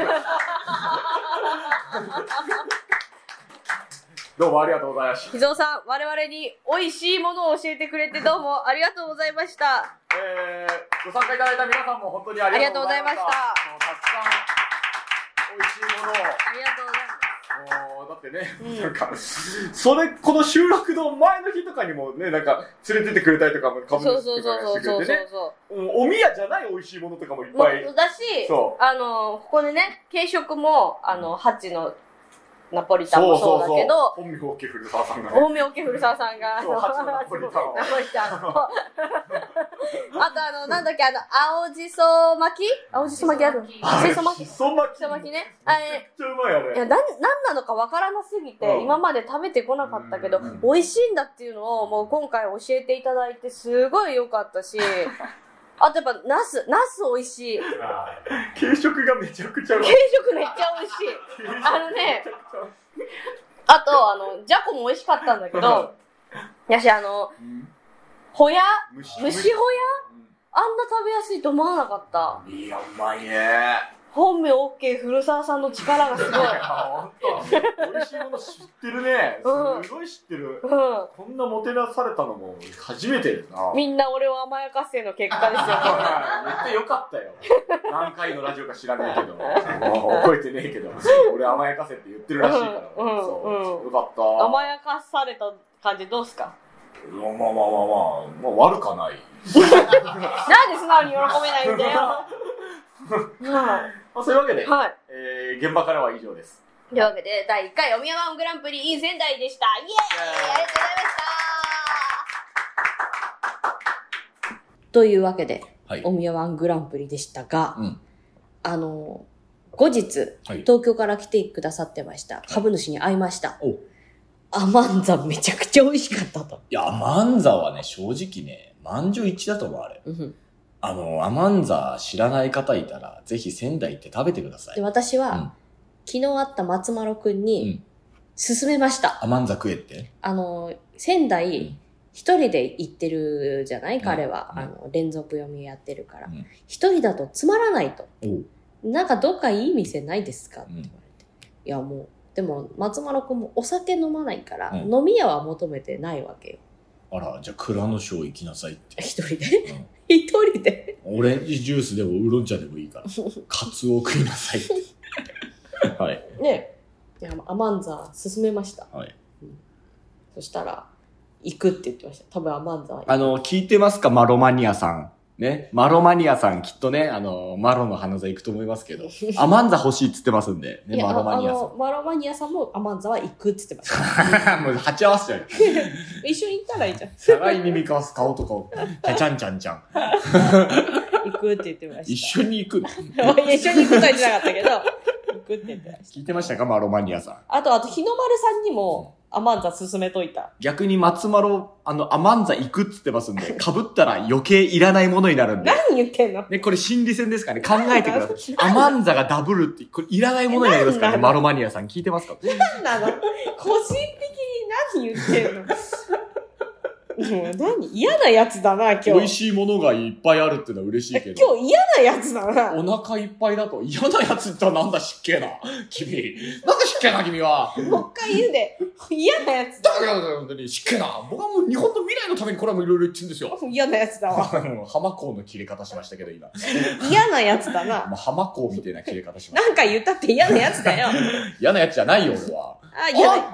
どうもありがとうございました。
秘蔵さん、我々に美味しいものを教えてくれてどうもありがとうございました。
えー、ご参加いただいた皆さんも本当にありがとうございました。
あ
もうたくさん美味しいものを
ありがとうございます。
もうだってね、なんか、それ、この収録の前の日とかにもね、なんか、連れてってくれたりとかも、かぶ
そうそうそうそうそうそう
ね。
そ
うんおみやじゃない美味しいものとかもいっ
う。もう
ぱい。
だし、
そ
あの、ここでね、軽食も、あの、ハチのナポリタンもそうだけど、
本名を受け古澤さんがね。
大名家古澤さんが、あ
そう
の
ハチのナポリタ ンを
ナポリタ ンと、あとあの、なんだっけ、あの、青じそ巻き青じそ巻きある
あれ
しそ巻き
しそ巻き。
しそ巻きね。あ
めっ
れ、
ちゃうまいあれ。
いや、なん、なんなのかわからなすぎ
う
て、
ん
今まで食べてこなかったけど
うん、
美味しいんだっていうのをもう今回教えていただいて、すごい良かった し、あとやっぱ、ナス、ナス美味しい。
軽食がめちゃくちゃうま
軽
い。
食めっちゃ美味しい。あのね、あと、あの、じゃこも美味しかったんだけど、やし、あの、ほや、
虫
虫ほやあんな食べやすいと思わなかった。
いや、うまいね。
本名 OK 古澤さんの力がすごい。
本当。美味しいもの知ってるね。
うん
すごい知ってる。
うん。
こんなもてなされたのも初めてだな。
みんな俺を甘やかせの結 果ですよ、
め
これ。
っちゃ良かった よ。何回のラジオか知らないけど、覚えてねえけど、俺甘やかせって言ってるらしいから。
うんうん
そう
うん
よかった。
甘やかされた感じどうっすか
いやまあまあまあまあ、まあ悪かない。
なんで素直に喜べないんだよ。は
まあそういうわけ
い。
で、
はい。
えー現場からは以上です。
というわけで、第1回おみやまんグランプリ in 仙台でした。イエーイありがとうございましたというわけで、
はい
おみやまんグランプリでしたが、
うん
あの、後日、
はい
東京から来てくださってました、株主に会いました
お。
アマンザめちゃくちゃ美味しかったと。
いや、アマンザはね、正直ね、満場一致だと思う、あれ。
うん
あの、アマンザ知らない方いたら、ぜひ仙台行って食べてください
で。私は、
うん
昨日会った松丸くん
う
に
ん、
勧めました。
アマンザ食えって
あの、仙
う
台
ん、
一人で行ってるじゃない、彼は。
うん
あの、連続読みやってるから
うん。
一、人だとつまらないと。
おう
なんかどっかいい店ないですかって
うん
言われて。いや、もう、でも、松丸君もお酒飲まないから、
うん
飲み屋は求めてないわけよ。
あら、じゃあ蔵の賞行きなさいって。
一人で一人で
オレンジジュースでもウーロン茶でもいい から、カツオを食いなさいって。はい。
ねいやアマンザ勧めました、
はい
うんそしたら行くって言ってました多分アマンザは
あの、聞いてますかマロマニアさん。ね。マロマニアさん、きっとね、あの、マロの花座行くと思いますけ ど、アマンザ欲しいっつってますんで、
い
ね、
や
マロマニア
あのマロマニアさんもアマンザは行くって言ってました
さ ん。もう、鉢合わせち ゃうよ。
一緒に行ったらいいじゃん
互いに見交わす顔とかを、ちゃちゃんちゃんちゃん。
行くって言ってました
一緒に行くの。
い や一緒に行くとは言ってなかったけど行くって言ってました
聞いてましたかマロマニアさん。
あとあと日の丸さんにもアマンザ勧めといた
逆に松丸、あの、アマンザ行くっつってますん で、被ったら余計いらないものになるんで。
何言ってんの
ね、これ心理戦ですかね考えてくださ い。アマンザがダブルって、これいらないものになりますからね、
なん
マ
なの
ロマニアさん聞いてますか
何なの個人的に何言ってんのもう何嫌なやつだな今日
美味しいものがいっぱいあるってのは嬉しいけど。
今日嫌なやつだな
お腹いっぱいだと嫌なやつったらなんだしっけえな。君。なんだしっけえな、君は。だ
もう一回言うで嫌なやつだ
から、本当にしっけえな。僕はもう日本の未来のためにこれはもういろいろ言ってるんですよ。
嫌なやつだ わ
もう浜港の切れ方しましたけど、今。
嫌なやつだな
もう浜港みたいな切れ方しました。
なんか言ったって嫌なやつだよ
嫌なやつじゃないよ、俺は。
あ
あ
嫌な
あな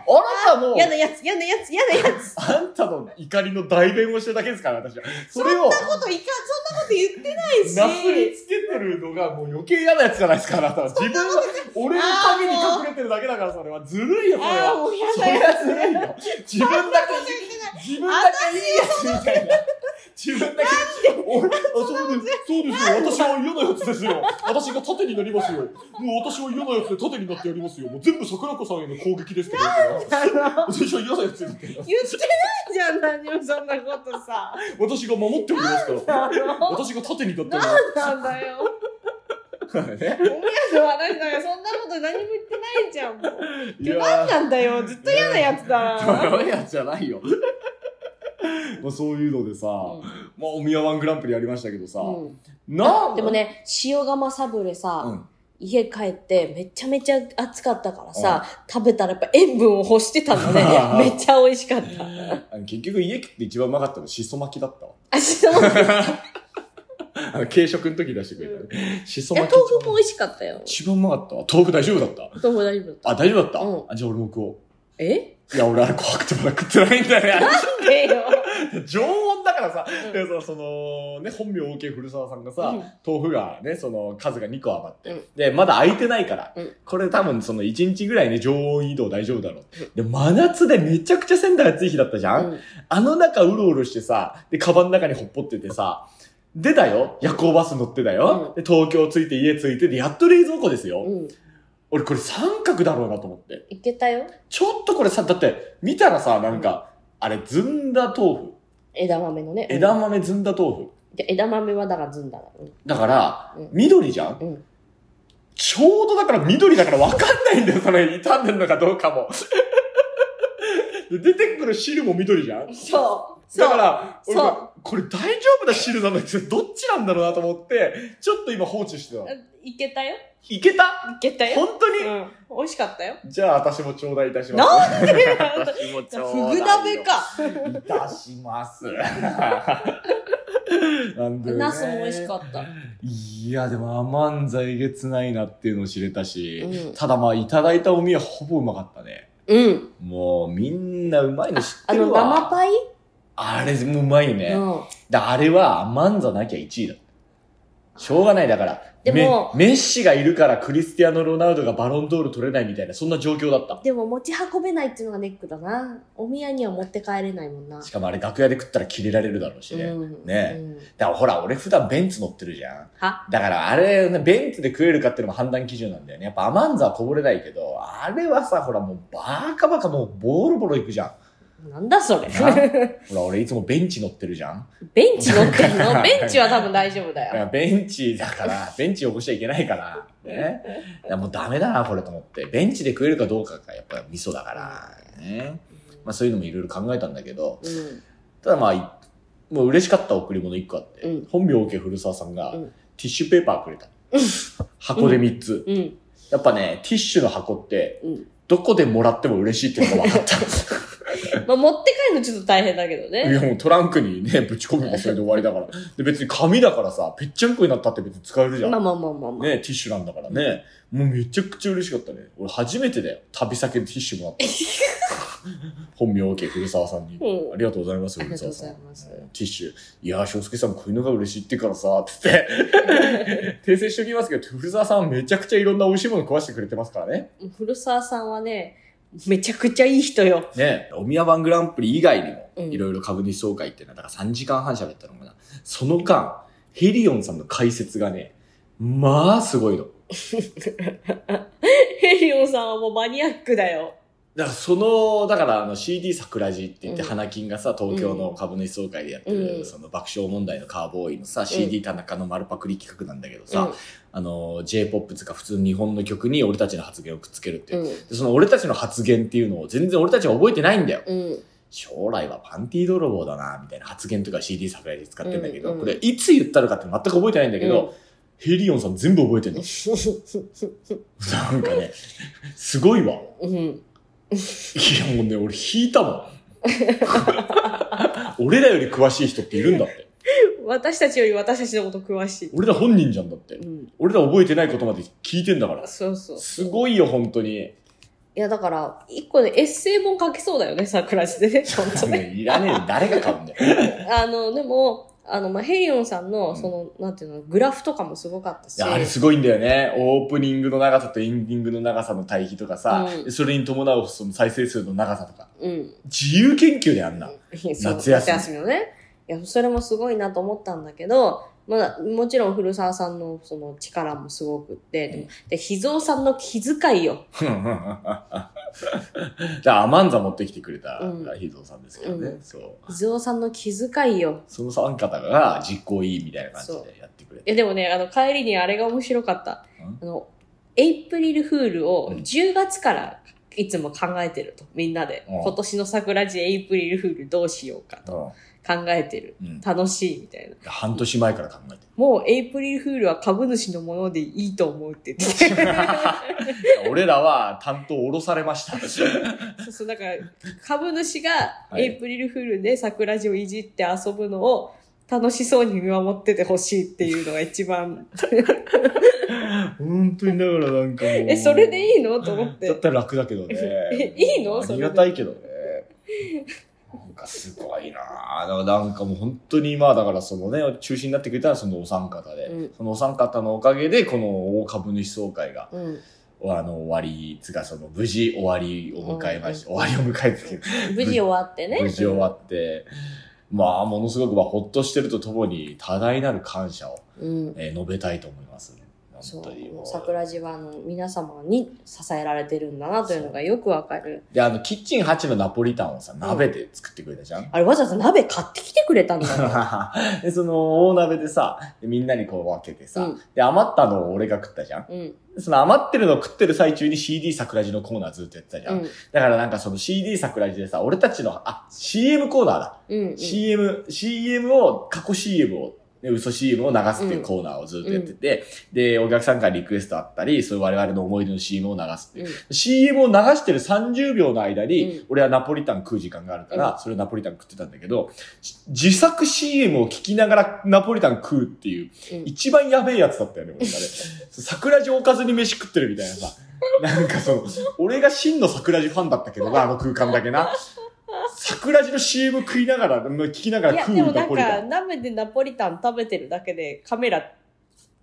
たの、
嫌なやつ嫌なやつ嫌なやつ
あんたの怒りの代弁をしてるだけですから、私は。それを、
そんなこといかんそんなこと言ってないし
なすりつけてるのがもう余計嫌なやつじゃないですか、あなたは。自分は、俺の影に隠れてるだけだから、それは。ずるいよ、それ
ああ
は。
もう嫌
そ
な
れ
やつ
はずるいよ。自分だけ、自分だけいいやつみたいな。自分だけ、俺、あ、そうです、そうですよ。私は嫌なやつですよ。私が盾になりますよ。もう私は嫌なやつで盾になってやりますよ。もう全部桜子さんへの攻撃ですけど。私は嫌なやつになってやります
言ってないじゃん何もそんなことさ
私が守っておりますから。
あの
私が盾に立っておりま
なんだよ
すからね。
おみやの話なんかそんなこと何も言ってないじゃんもう
い
今日何
や
なんだよずっと嫌なやつだ
ー、やつじゃないよ。 まあそういうのでさ、まあおみやワングランプリやりましたけどさ、
うん
なん
でも、ね塩釜サブレさ、
うん
家帰ってめちゃめちゃ暑かったからさ、食べたらやっぱ塩分を欲してた のねめっちゃ美味しかった
あの結局家って一番うまかったのしそ巻きだったわ。
あそうい
あの軽食の時に出してくれたね。しそ
や
巻
豆
き。
腐も美味しかったよ
一番うまかったわ。豆腐大丈夫だった
豆腐大丈夫だった
あ、大丈夫だった、
うん
あじゃあ俺も食おう。
え
いや、俺あれ怖くてまだ食ってないんだよね。
えよ
常温だからさ、
うん
でさそのね本名 OK 古澤さんがさ、
うん
豆腐がねその数が2個余って、
うん
でまだ空いてないから、
うん
これ多分その1日ぐらいね常温移動大丈夫だろう、で真夏でめちゃくちゃ仙台暑い日だったじゃん、
うん
あの中うろうろしてさでカバンの中にほっぽっててさ出たよ夜行バス乗ってたよ、で東京着いて家着いてでやっと冷蔵庫ですよ、
うん
俺これ三角だろうなと思って
いけたよ
ちょっとこれさだって見たらさなんか、あれずんだ豆腐
枝豆のね
枝豆ずんだ豆腐、
で枝豆はだからずんだな、うん
だから、
うん
緑じゃん、
うん
ちょうどだから緑だから分かんないんだよ、そ れ。傷んでるのかどうかも。で出てくる汁も緑じゃん
そう
だから、俺
そう
これ大丈夫な汁なのに、それどっちなんだろうなと思って、ちょっと今放置してたの。
いけたよ
いけた
いけたよ
本当に、
うん、美味しかったよ。
じゃあ私も頂戴いたします。
なんでだよ
私も頂戴
ふぐ鍋か。
いたします。 なんだよね
ナスも美味しかった。
いや、でも、アマンザえげつないなっていうのを知れたし、
うん
ただまあ、いただいたおみはほぼうまかったね。
うん。
もう、みんなうまいの知っ
あ
て
の、
るわ。
生パイ
あれもうまいね。
うん。
だあれは、アマンザなきゃ1位だ。しょうがない、だから。
でも
メ、メッシがいるからクリスティアーノ・ロナウドがバロンドール取れないみたいな、そんな状況だった。
でも持ち運べないっていうのがネックだな。お宮には持って帰れないもんな。
しかもあれ、楽屋で食ったら切れられるだろうしね。
うん
ね
うん
だからほら、俺普段ベンツ乗ってるじゃん。
は
だからあれ、ね、ベンツで食えるかっていうのも判断基準なんだよね。やっぱアマンザはこぼれないけど、あれはさ、ほらもうバカバカもうボロボロいくじゃん。
なんだそれ。
なほら、俺いつもベンチ乗ってるじゃん。
ベンチ乗ってん のベンチは多分大丈夫だ
だ
よ
か。らベンチだから、ベンチ汚しちゃいけないから、ね。だからもうダメだな、これと思って。ベンチで食えるかどうかがやっぱ味噌だから、ね。まあそういうのもいろいろ考えたんだけど、
うん。
ただまあい、もう嬉しかった贈り物1個あって、
うん
本名 OK 古澤さんが、
うん
ティッシュペーパーくれた。箱で3つ。
うん。
やっぱね、ティッシュの箱って
うん、
どこでもらっても嬉しいっていうのが分かった。
まあ、持って帰るのちょっと大変だけど
い
ね。
やもうトランクにね、ぶち込めばそれで終わりだから。で、別に紙だからさ、ぺっちゃんこになったって別に使えるじゃん。
まあまあまあまあまあ。
ね、ティッシュなんだからね。もうめちゃくちゃ嬉しかったね。俺初めてだよ。旅先でティッシュもらった。 本名家、古澤さんに、
うん
ありがとうございます、
あり
古
がとう
澤さん。
ござい
テ
ます。
ィッシュ。いやー、翔介さんもこういうのが嬉しいって言うからさ、つ って。訂正しておきますけど、古澤さんめちゃくちゃいろんな美味しいもの食わしてくれてますからね。
古澤さんはね、めちゃくちゃいい人よ。
ね、お宮番グランプリ以外にも、
うん
いろいろ株主総会っていうのは、だから3時間半喋ったのかな。その間、ヘリオンさんの解説がね、まあすごいの。
ヘリオンさんはもうマニアックだよ。
だからその、だからあの CD 桜地って言って、
うん
花金がさ、東京の株主総会でやってる、
うん
その爆笑問題のカーボーイのさ、CD 田中の丸パクリ企画なんだけどさ、あの、J-POP つか普通の日本の曲に俺たちの発言をくっつけるっていうう。
ん。
でその俺たちの発言っていうのを全然俺たちは覚えてないんだよ。
うん。
将来はパンティ泥棒だな、みたいな発言とか CD 桜地で使ってんだけど、
うん
これいつ言ったのかって全く覚えてないんだけど、
う
ヘリオンさん全部覚えてんの。なんかね、すごいわ。
うん。
いやもうね、俺引いたも ん。俺らより詳しい人っているんだって。
私たちより私たちのこと詳しい。
俺ら本人じゃんだって
う。ん。
俺ら覚えてないことまで聞いてんだから。
そうそう。
すごいよ、本当 に。
いや、だから、一個ね、エッセイ本書けそうだよね、桜地 でね。本当ね。
ねいらねえよ、誰が買うんだよ。
あの、でも、あの、まあ、ヘリオンさん
うん
の、その、なんていうの、グラフとかもすごかった
い
し。
や、あれすごいんだよね。オープニングの長さとエンディングの長さの対比とかさ、
うん
それに伴うその再生数の長さとか。
うん。
自由研究であんな。
そう
夏休み
夏休みのね。いや、それもすごいなと思ったんだけど、まあ、もちろん古澤さんのその力もすごくって、でも、で、秘蔵さんの気遣いよ。
じゃあ、アマンザ持ってきてくれた
うん
ヒゾさんですけどね。
う
そう。
秘蔵さんの気遣いよ。
その三方が実行委員みたいな感じでやってくれ
い
て。
や、でもね、あの、帰りにあれが面白かった。あの、エイプリルフールを
うん
10月からいつも考えてると、みんなで。
うん
今年の桜地エイプリルフールどうしようかと
う
考えてる。
んうん。
楽しいみたいな。
半年前から考えて
もうエイプリルフールは株主のものでいいと思うって言 ってて。
る。俺らは担当降ろされました。
そうそう、だから、株主が
はい
エイプリルフールで桜地をいじって遊ぶのを楽しそうに見守っててほしいっていうのが一番、
本当にだからなん かもう。
え、それでいいの と思っ。
だってたら楽だけどね
え。いいの
あ
それ
り
で
がたいけどね。なんかすごいなぁ。だからなんかもう本当に今だからそのね、中心になってくれたのはそのお三方で、
うん
そのお三方のおかげでこの大株主総会が
うん。
あの終わり、つうかその無事終わりを迎えまして、終わりを迎えて
無事終わって ね。
無事終わって、まあ、ものすごくまあほっとしてるとともに、多大なる感謝を、
うん。
えー述べたいと思います。
そ
本当に
う。
も
も
う
う桜島の皆様に支えられてるんだなというのがよくわかる。
で、あの、キッチン8のナポリタンをさ、鍋で作ってくれたじゃん。
あれわざわざ鍋買ってきてくれたんだ よ。
で、その、大鍋でさ、でみんなにこう分けてさ、
うん
で、余ったのを俺が食ったじゃん。
うん。
その余ってるのを食ってる最中に CD 桜地のコーナーずっとやってたじゃ。
うんん。
だからなんかその CD 桜地でさ、俺たちの、あ、CM コーナーだ。
うん。
CM、CM を、過去 CM を、ね、嘘 CM を流すっていうコーナーをずっとやってて、で、お客さんからリクエストあったり、そういう我々の思い出の CM を流すっていう。
うん
CM を流してる30秒の間に、
うん
俺はナポリタン食う時間があるから、それをナポリタン食ってたんだけど、し自作 CM を聞きながらナポリタン食うっていう、
うん
一番やべえやつだったよね、 俺あれ。桜地おかずに飯食ってるみたいなさ。なんかその、俺が真の桜地ファンだったけどな、あの空間だけな。桜地の CM 食いながら、聞きなが
い
ら
や、
食
で
う
もな
ナ
ん
ポリタ
か、
ン。
鍋でナポリタン食べてるだけで、カメラ、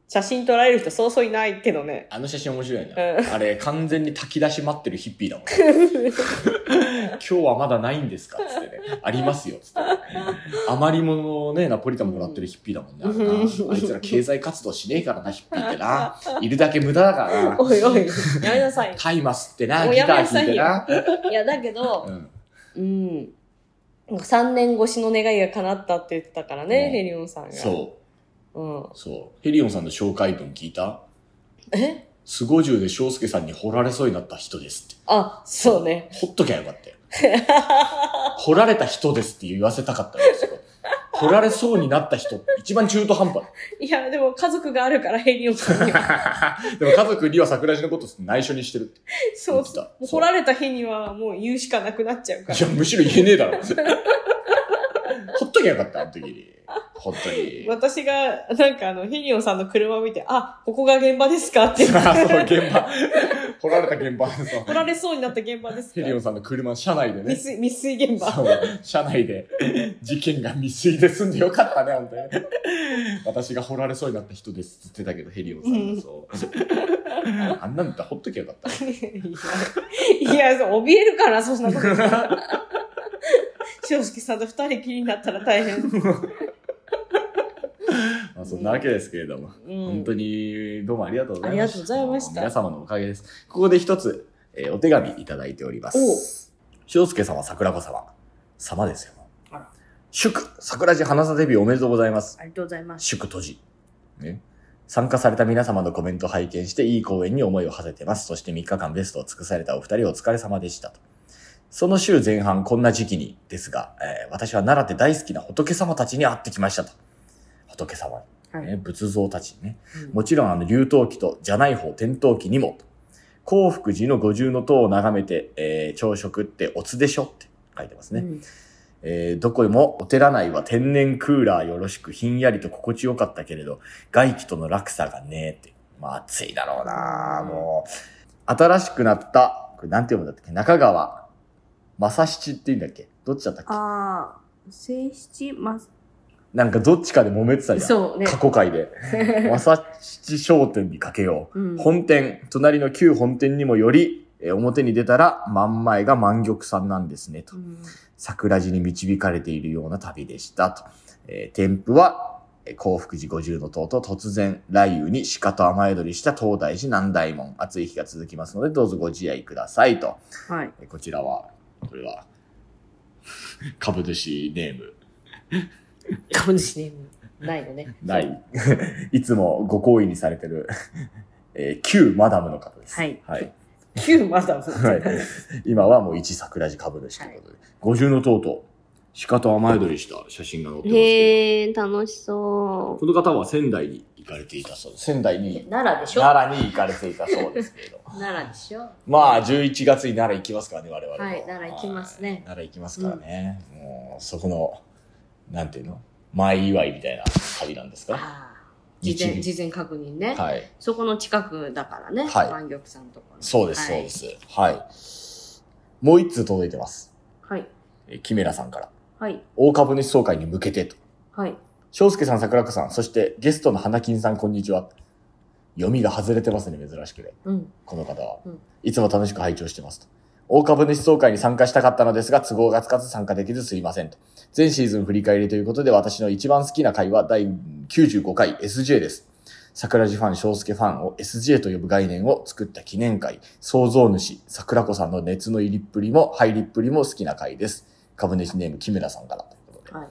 写真撮られる人そうそういないけどね。
あの写真面白い
うん
な。あれ、完全に炊き出し待ってるヒッピーだもん。 今日はまだないんですかつってね。ありますよ。つってね。余り物をね、ナポリタンもらってるヒッピーだもんね。あれなあいつら経済活動しねえからな、ヒッピーってな。いるだけ無駄だからな。
おいおい、やめなさい。
タイマスってな、
もう
ギタ
やめな
ー
さ
弾い
い
て
よ
な。
いや、だけど
う、ん
うん。3年越しの願いが叶ったって言ってたからね、
うん
ヘリオンさんが。。
そう
うん。
う、そう。ヘリオンさんの紹介文聞いた
え
スゴジュウで翔介さんに掘られそうになった人ですって。
あ、そうね。
掘っときゃよかったよ。掘られた人ですって言わせたかったんですよ。取られそうになった人、一番中途半端。
いや、でも家族があるからヘリオさんには。
でも家族には桜地のこと内緒にしてるって
そ
言
う
って。た。
もう掘られた日にはもう言うしかなくなっちゃうか
い
ら。
や、むしろ言えねえだろ。 ほっときゃよかった、あの時に。ほっと に。
私が、なんかあの、ヘリオさんの車を見て、あ、ここが現場ですか って言って
あそう、現場。 掘られた現場でさ
掘られそうになった現場ですか
ヘリオンさんの車の車内でね
未。遂、未遂現 場。
そう、車内で事件が未遂で済んでよかったね、本当に。私が掘られそうになった人ですって言ってたけど、ヘリオンさん
うん
がそう。 あんなんだったらほっときゃよかった。
いや、いやそう怯えるから、そんなこと。正直さんと二人きりになったら大変。
まあ、そんなわけですけれども。
本
本当にどうもありがとうございました。
ありがとうございました
皆様のおかげです。ここで一つ、えーお手紙いただいております。塩介様、桜子様。様ですよ。
あら
祝、桜地花座デビューおめでとうございます。
ありがとうございます。
祝とじ。ね。参加された皆様のコメントを拝見して、いい公演に思いを馳せてます。そして3日間ベストを尽くされたお二人お疲れ様でしたと。その週前半、こんな時期にですが、えー私は奈良で大好きな仏様たちに会ってきましたと。仏様に、
はい
ね仏像たちにね。
うん
もちろん、あの、竜頭記と、じゃない方、天頭記にもと。幸福寺の五重の塔を眺めて、えー朝食っておつでしょって書いてますね。
うん
えーどこでもお寺内は天然クーラーよろしくひんやりと心地よかったけれど、外気との落差がねえって。まあ暑いだろうなあもう。新しくなった、これなんて読むんだっけ中川正七って言うんだっけどっちだったっけ
あー、正七、ま、
なんかどっちかで揉めてたじゃん。
そうね。
過去回 で。正七商店にかけよう。
うん
本店、隣の旧本店にもより、えー表に出たら、万前が満玉さんなんですね、と
う。ん
桜地に導かれているような旅でした、と。えー添付は、えー幸福寺五重の塔と突然、雷雨に鹿と雨宿りした東大寺南大門。暑い日が続きますので、どうぞご自愛ください、と。
はい。
えーこちらは、これは、 株主ネーム、
株主ネームない のね。
ない、いつもご好意にされてる、 えー旧マダムの方です。
はい
はい。
旧まだ。
はい。今はもう一桜地株主ということで。五重の塔と鹿と雨宿りした写真が載ってますけ
へえ、楽しそ
ど、この方は仙台に行かれていたそうです。仙台に
う。、奈良でしょ
奈良に行かれていたそうですけ れど。
奈良でしょ
まあ、11月に奈良行きますからね、我々も
はい奈良行きますね
はい奈良行きますからね。もう、そこの、なんていうの前祝いみたいな旅なんですか
あー事前、
日
事前確認ね。
はい。
そこの近くだからね。
はい
万玉さんところ。
そうです、
は
そう
い
です。はい。もう一通届いてます。
はい。
えキメラさんから。
はい。
大株主総会に向けてと。
はい。
翔介さん、桜子さん、そしてゲストの花金さん、こんにちは。読みが外れてますね、珍しくね。
うん。
この方は。
うん
いつも楽しく拝聴してますと。大株主総会に参加したかったのですが、都合がつかず参加できずすいませんと。全シーズン振り返りということで、私の一番好きな回は第95回 SJ です。桜地ファン、翔介ファンを SJ と呼ぶ概念を作った記念会、創造主、桜子さんの熱の入りっぷりも入りっぷりも好きな回です。株主ネーム、木村さんからということで。
はい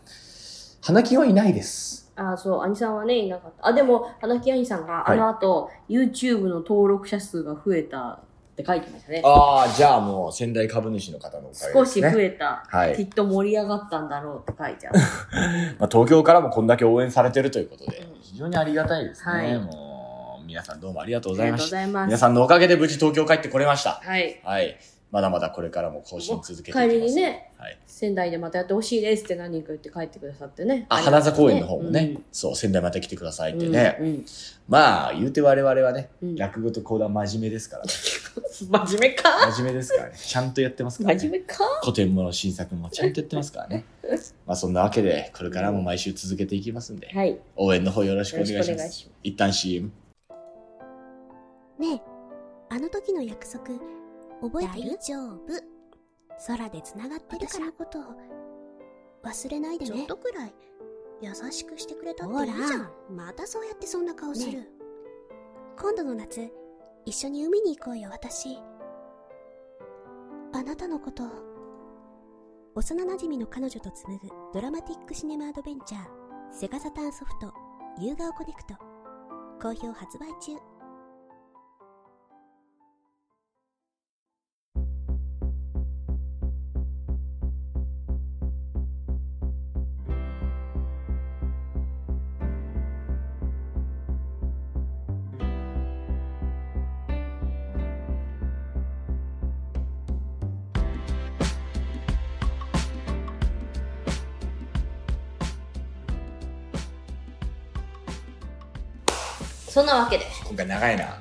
花金はいないです。
ああ、そう、兄さんはね、いなかった。あ、でも、花木兄さんが、
は
あ
い
の後、YouTube の登録者数が増えたって書いてましたね。
ああ、じゃあもう仙台株主の方のおかげ
少
です
し
ね。
増えた。
はい
きっと盛り上がったんだろうって書いてある。
まあ、東京からもこんだけ応援されてるということで、
うん
非常にありがたいですね。
はい
もう、皆さんどうもありがとうござい
ありが
ま
とうご
した。
ざいま
皆
す。
さんのおかげで無事東京帰ってこれました。
はい。
はい。まだまだこれからも更新続けていきます。
帰りにね、
はい。
仙台でまたやってほしいですって何人か言って帰ってくださってね。
あ、花座公園の方もね、
うん
そう、仙台また来てくださいってね。
うんうん
まあ、言うて我々はね、
うん
落語と講談真面目です から、ね、
真面目か
真面目ですからね。ちゃんとやってますからね。
真面目か
古典もの新作もちゃんとやってますからね。まあそんなわけで、これからも毎週続けていきますんで、
はい。よ
応援の方よろしくお
ろ
願い
し
し
くお
ま
願い
す。
します。
一旦 CM。
ねえあの時の約束覚えてる大丈夫空でつながってるから私のこと忘れないでねちょっとくらい優しくしてくれたっていいじゃんまたそうやってそんな顔する、今度の夏一緒に海に行こうよ私あなたのこと幼なじみの彼女と紡ぐドラマティックシネマアドベンチャーセガサターンソフト夕顔コネクト好評発売中
そんなわけで。
今回長いな。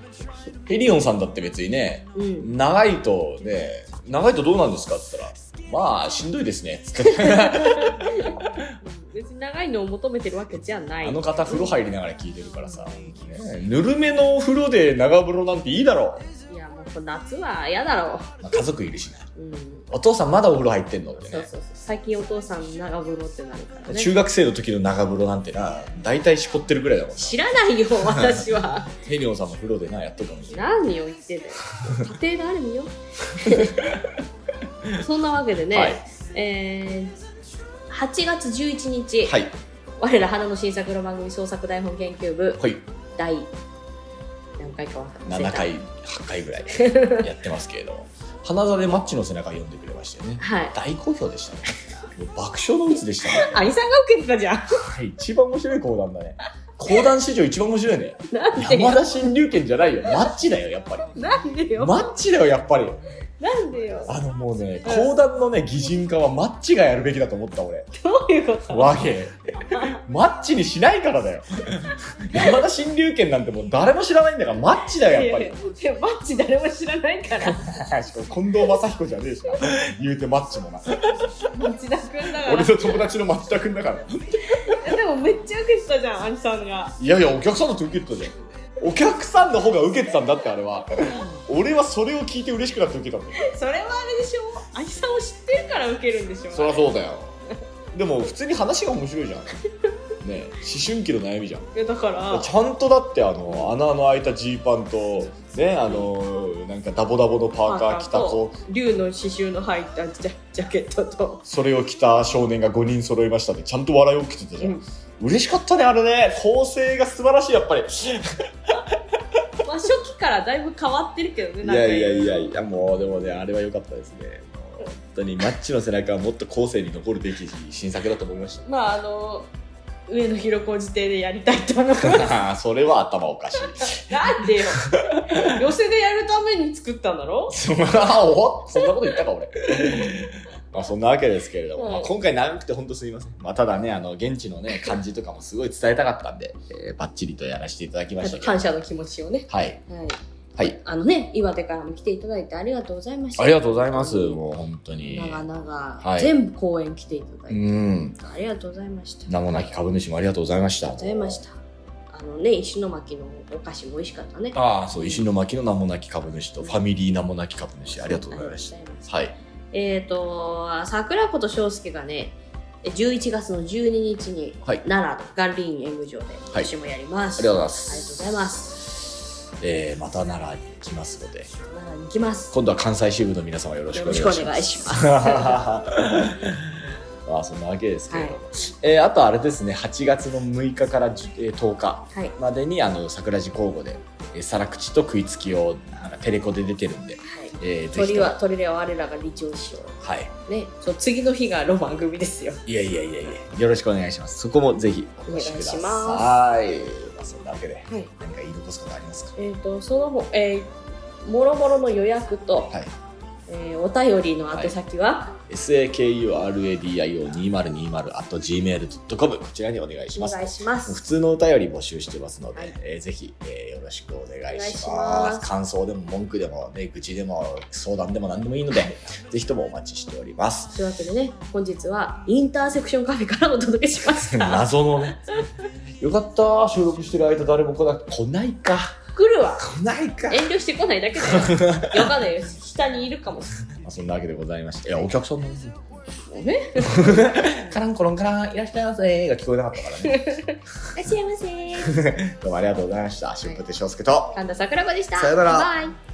ヘリオンさんだって別にね、
うん。
長いとね、長いとどうなんですかって言ったら、まあ、しんどいですね。つって。
別に長いのを求めてるわけじゃない
あの方風呂入りながら聞いてるからさ、ねぬるめのお風呂で長風呂なんていいだろ
いやもう夏は嫌だろ
う、まあ、家族いるしな
う、うん、
お父さんまだお風呂入ってんのって
そうそ
ね
うそう最近お父さん長風呂ってなるから
中
ね
学生の時の長風呂なんてな大体しこってるぐらいだもんな
知らないよ私は
ヘリオンさんの風呂でなやっとくのに
何を言ってんだよ家庭がある んよそんなわけでね、
はい
えー8月11日、
はい
我ら花の新作の番組創作台本研究部
はい
第何回か忘れた
7回8回ぐらいやってますけれど も花座でマッチの背中読んでくれましたよね
はい
大好評でしたねもう爆笑の渦でしたね
兄さんが受けてたじゃん
はい一番面白い講談だね講談史上一番面白いね
なんでよ
山田新龍拳じゃないよマッチだよやっぱり
なんでよ
マッチだよやっぱり
なんでよ
あのもうね、
うん
講談のね、擬人化はマッチがやるべきだと思った、俺。
どういうこと
わけ。マッチにしないからだよ。山田新龍拳なんてもう誰も知らないんだから、マッチだよ、やっぱり。
いやマッチ誰も知らないから
しかも近藤正彦じゃねえしな。言うてマッチもな。
町田君だから
俺の友達の町田くんだから。
でもめっちゃ受けてたじゃん兄さんが
いやいや、お客さんだって受けてたじゃん。お客さんの方が受けてたんだって、あれは。俺はそれを聞いて嬉しくなって受けたんだよ。
それはあれでしょ兄さんを知ってるから受けるんでしょ
そりゃそうだよ。でも、普通に話が面白いじゃん。ねえ思春期の悩みじゃん。
いやだから
ちゃんとだってあの穴の開いたジーパンとねあのなんかダボダボのパーカー着た子
竜の刺繍の入ったジャジャケットと
それを着た少年が5人揃いましたで、ちゃんと笑い起きてたじゃん、
うん
嬉しかったねあれね構成が素晴らしいやっぱりい
まあ初期からだいぶ変わってるけどねなんか
やいやいやいやもうでもねあれは良かったですねもう本当にマッチの背中はもっと後世に残るべき新作だと思いまし
まああの上野広小路邸でやりたいと思 う
たそれは頭おかしい
なんでよ寄せでやるために作ったんだろ
そんなおそんなこと言ったか俺 まあそんなわけですけれども、
うん
まあ、今回長くて本当すみません、まあ、ただねあの現地のね 感じとかもすごい伝えたかったんで、えー、バッチリとやらせていただきましたけど
感謝の気持ちをね
はい
はい
はい
あのね岩手からも来ていただいてありがとうございました
ありがとうございますもう本当に
長々、
はい
全部公演来ていただいうて、
ん
ありがとうございましたありが
名もなき株主もありがとうございました
とうございましたあのね石巻のお菓子も美味しかったね
ああそう石巻の名もなき株主とファミリー名もなき株主ありがとうございまし
ありがとうございます
たはい
えっ、と桜子と翔介がね11月の12日に、
はい
奈良のガンリン演舞場で
はい
私もやります、
ありがとうございま
ありがとう
す
ございます
えー、また奈良に行きますので
奈良に行きます
今度は関西支部の皆様よろしく
よ
お願
ろ
い
し
し
くお
ます
願いしま す
まあそんなわけですけれども、えーあとあれですね8月の6日から10、えー10日
はい
までにあの桜地交互で、えー、辛口と食いつきをなんかテレコで出てるんで、えー、ぜひ
鳥
とも
は鳥では我らが理長師匠
はい
ねそう次の日がロマン組ですよ
いやいやいやいやよろしくお願いしますそこもぜひお越しください
お
まあ、そんなわけで、
い
何か言い残すことありますか
えっ、とそのほえー、もろもろの予約と、
はい
えーお便りの宛先は、
sakuradio2020.gmail.com こちらにお願いし
お
ます
願いしま
普
す。
通のお便り募集してますので、
はい
えーぜひ、えーよろしくお願いし
お願
ま
い
す
します
感想でも文句でも、ね、愚痴でも相談でも何でもいいのでぜひともお待ちしております
というわけでね、本日はインターセクションカフェからお届けしました。
謎のねよかった収録してる間誰も来なく来ないか
来るわ。
来ないか
遠慮してこないだけだよ。わかんないよ。下にいるかもし
まあ、そんなわけでございましていやお客さんの
れない。ね。
カランコロンカランいらっしゃいませが聞こえなかったからね
いらっしゃいませ。
どうもありがとうございました春風亭昇介と
神田桜子でした。
さよなら
バイバイ。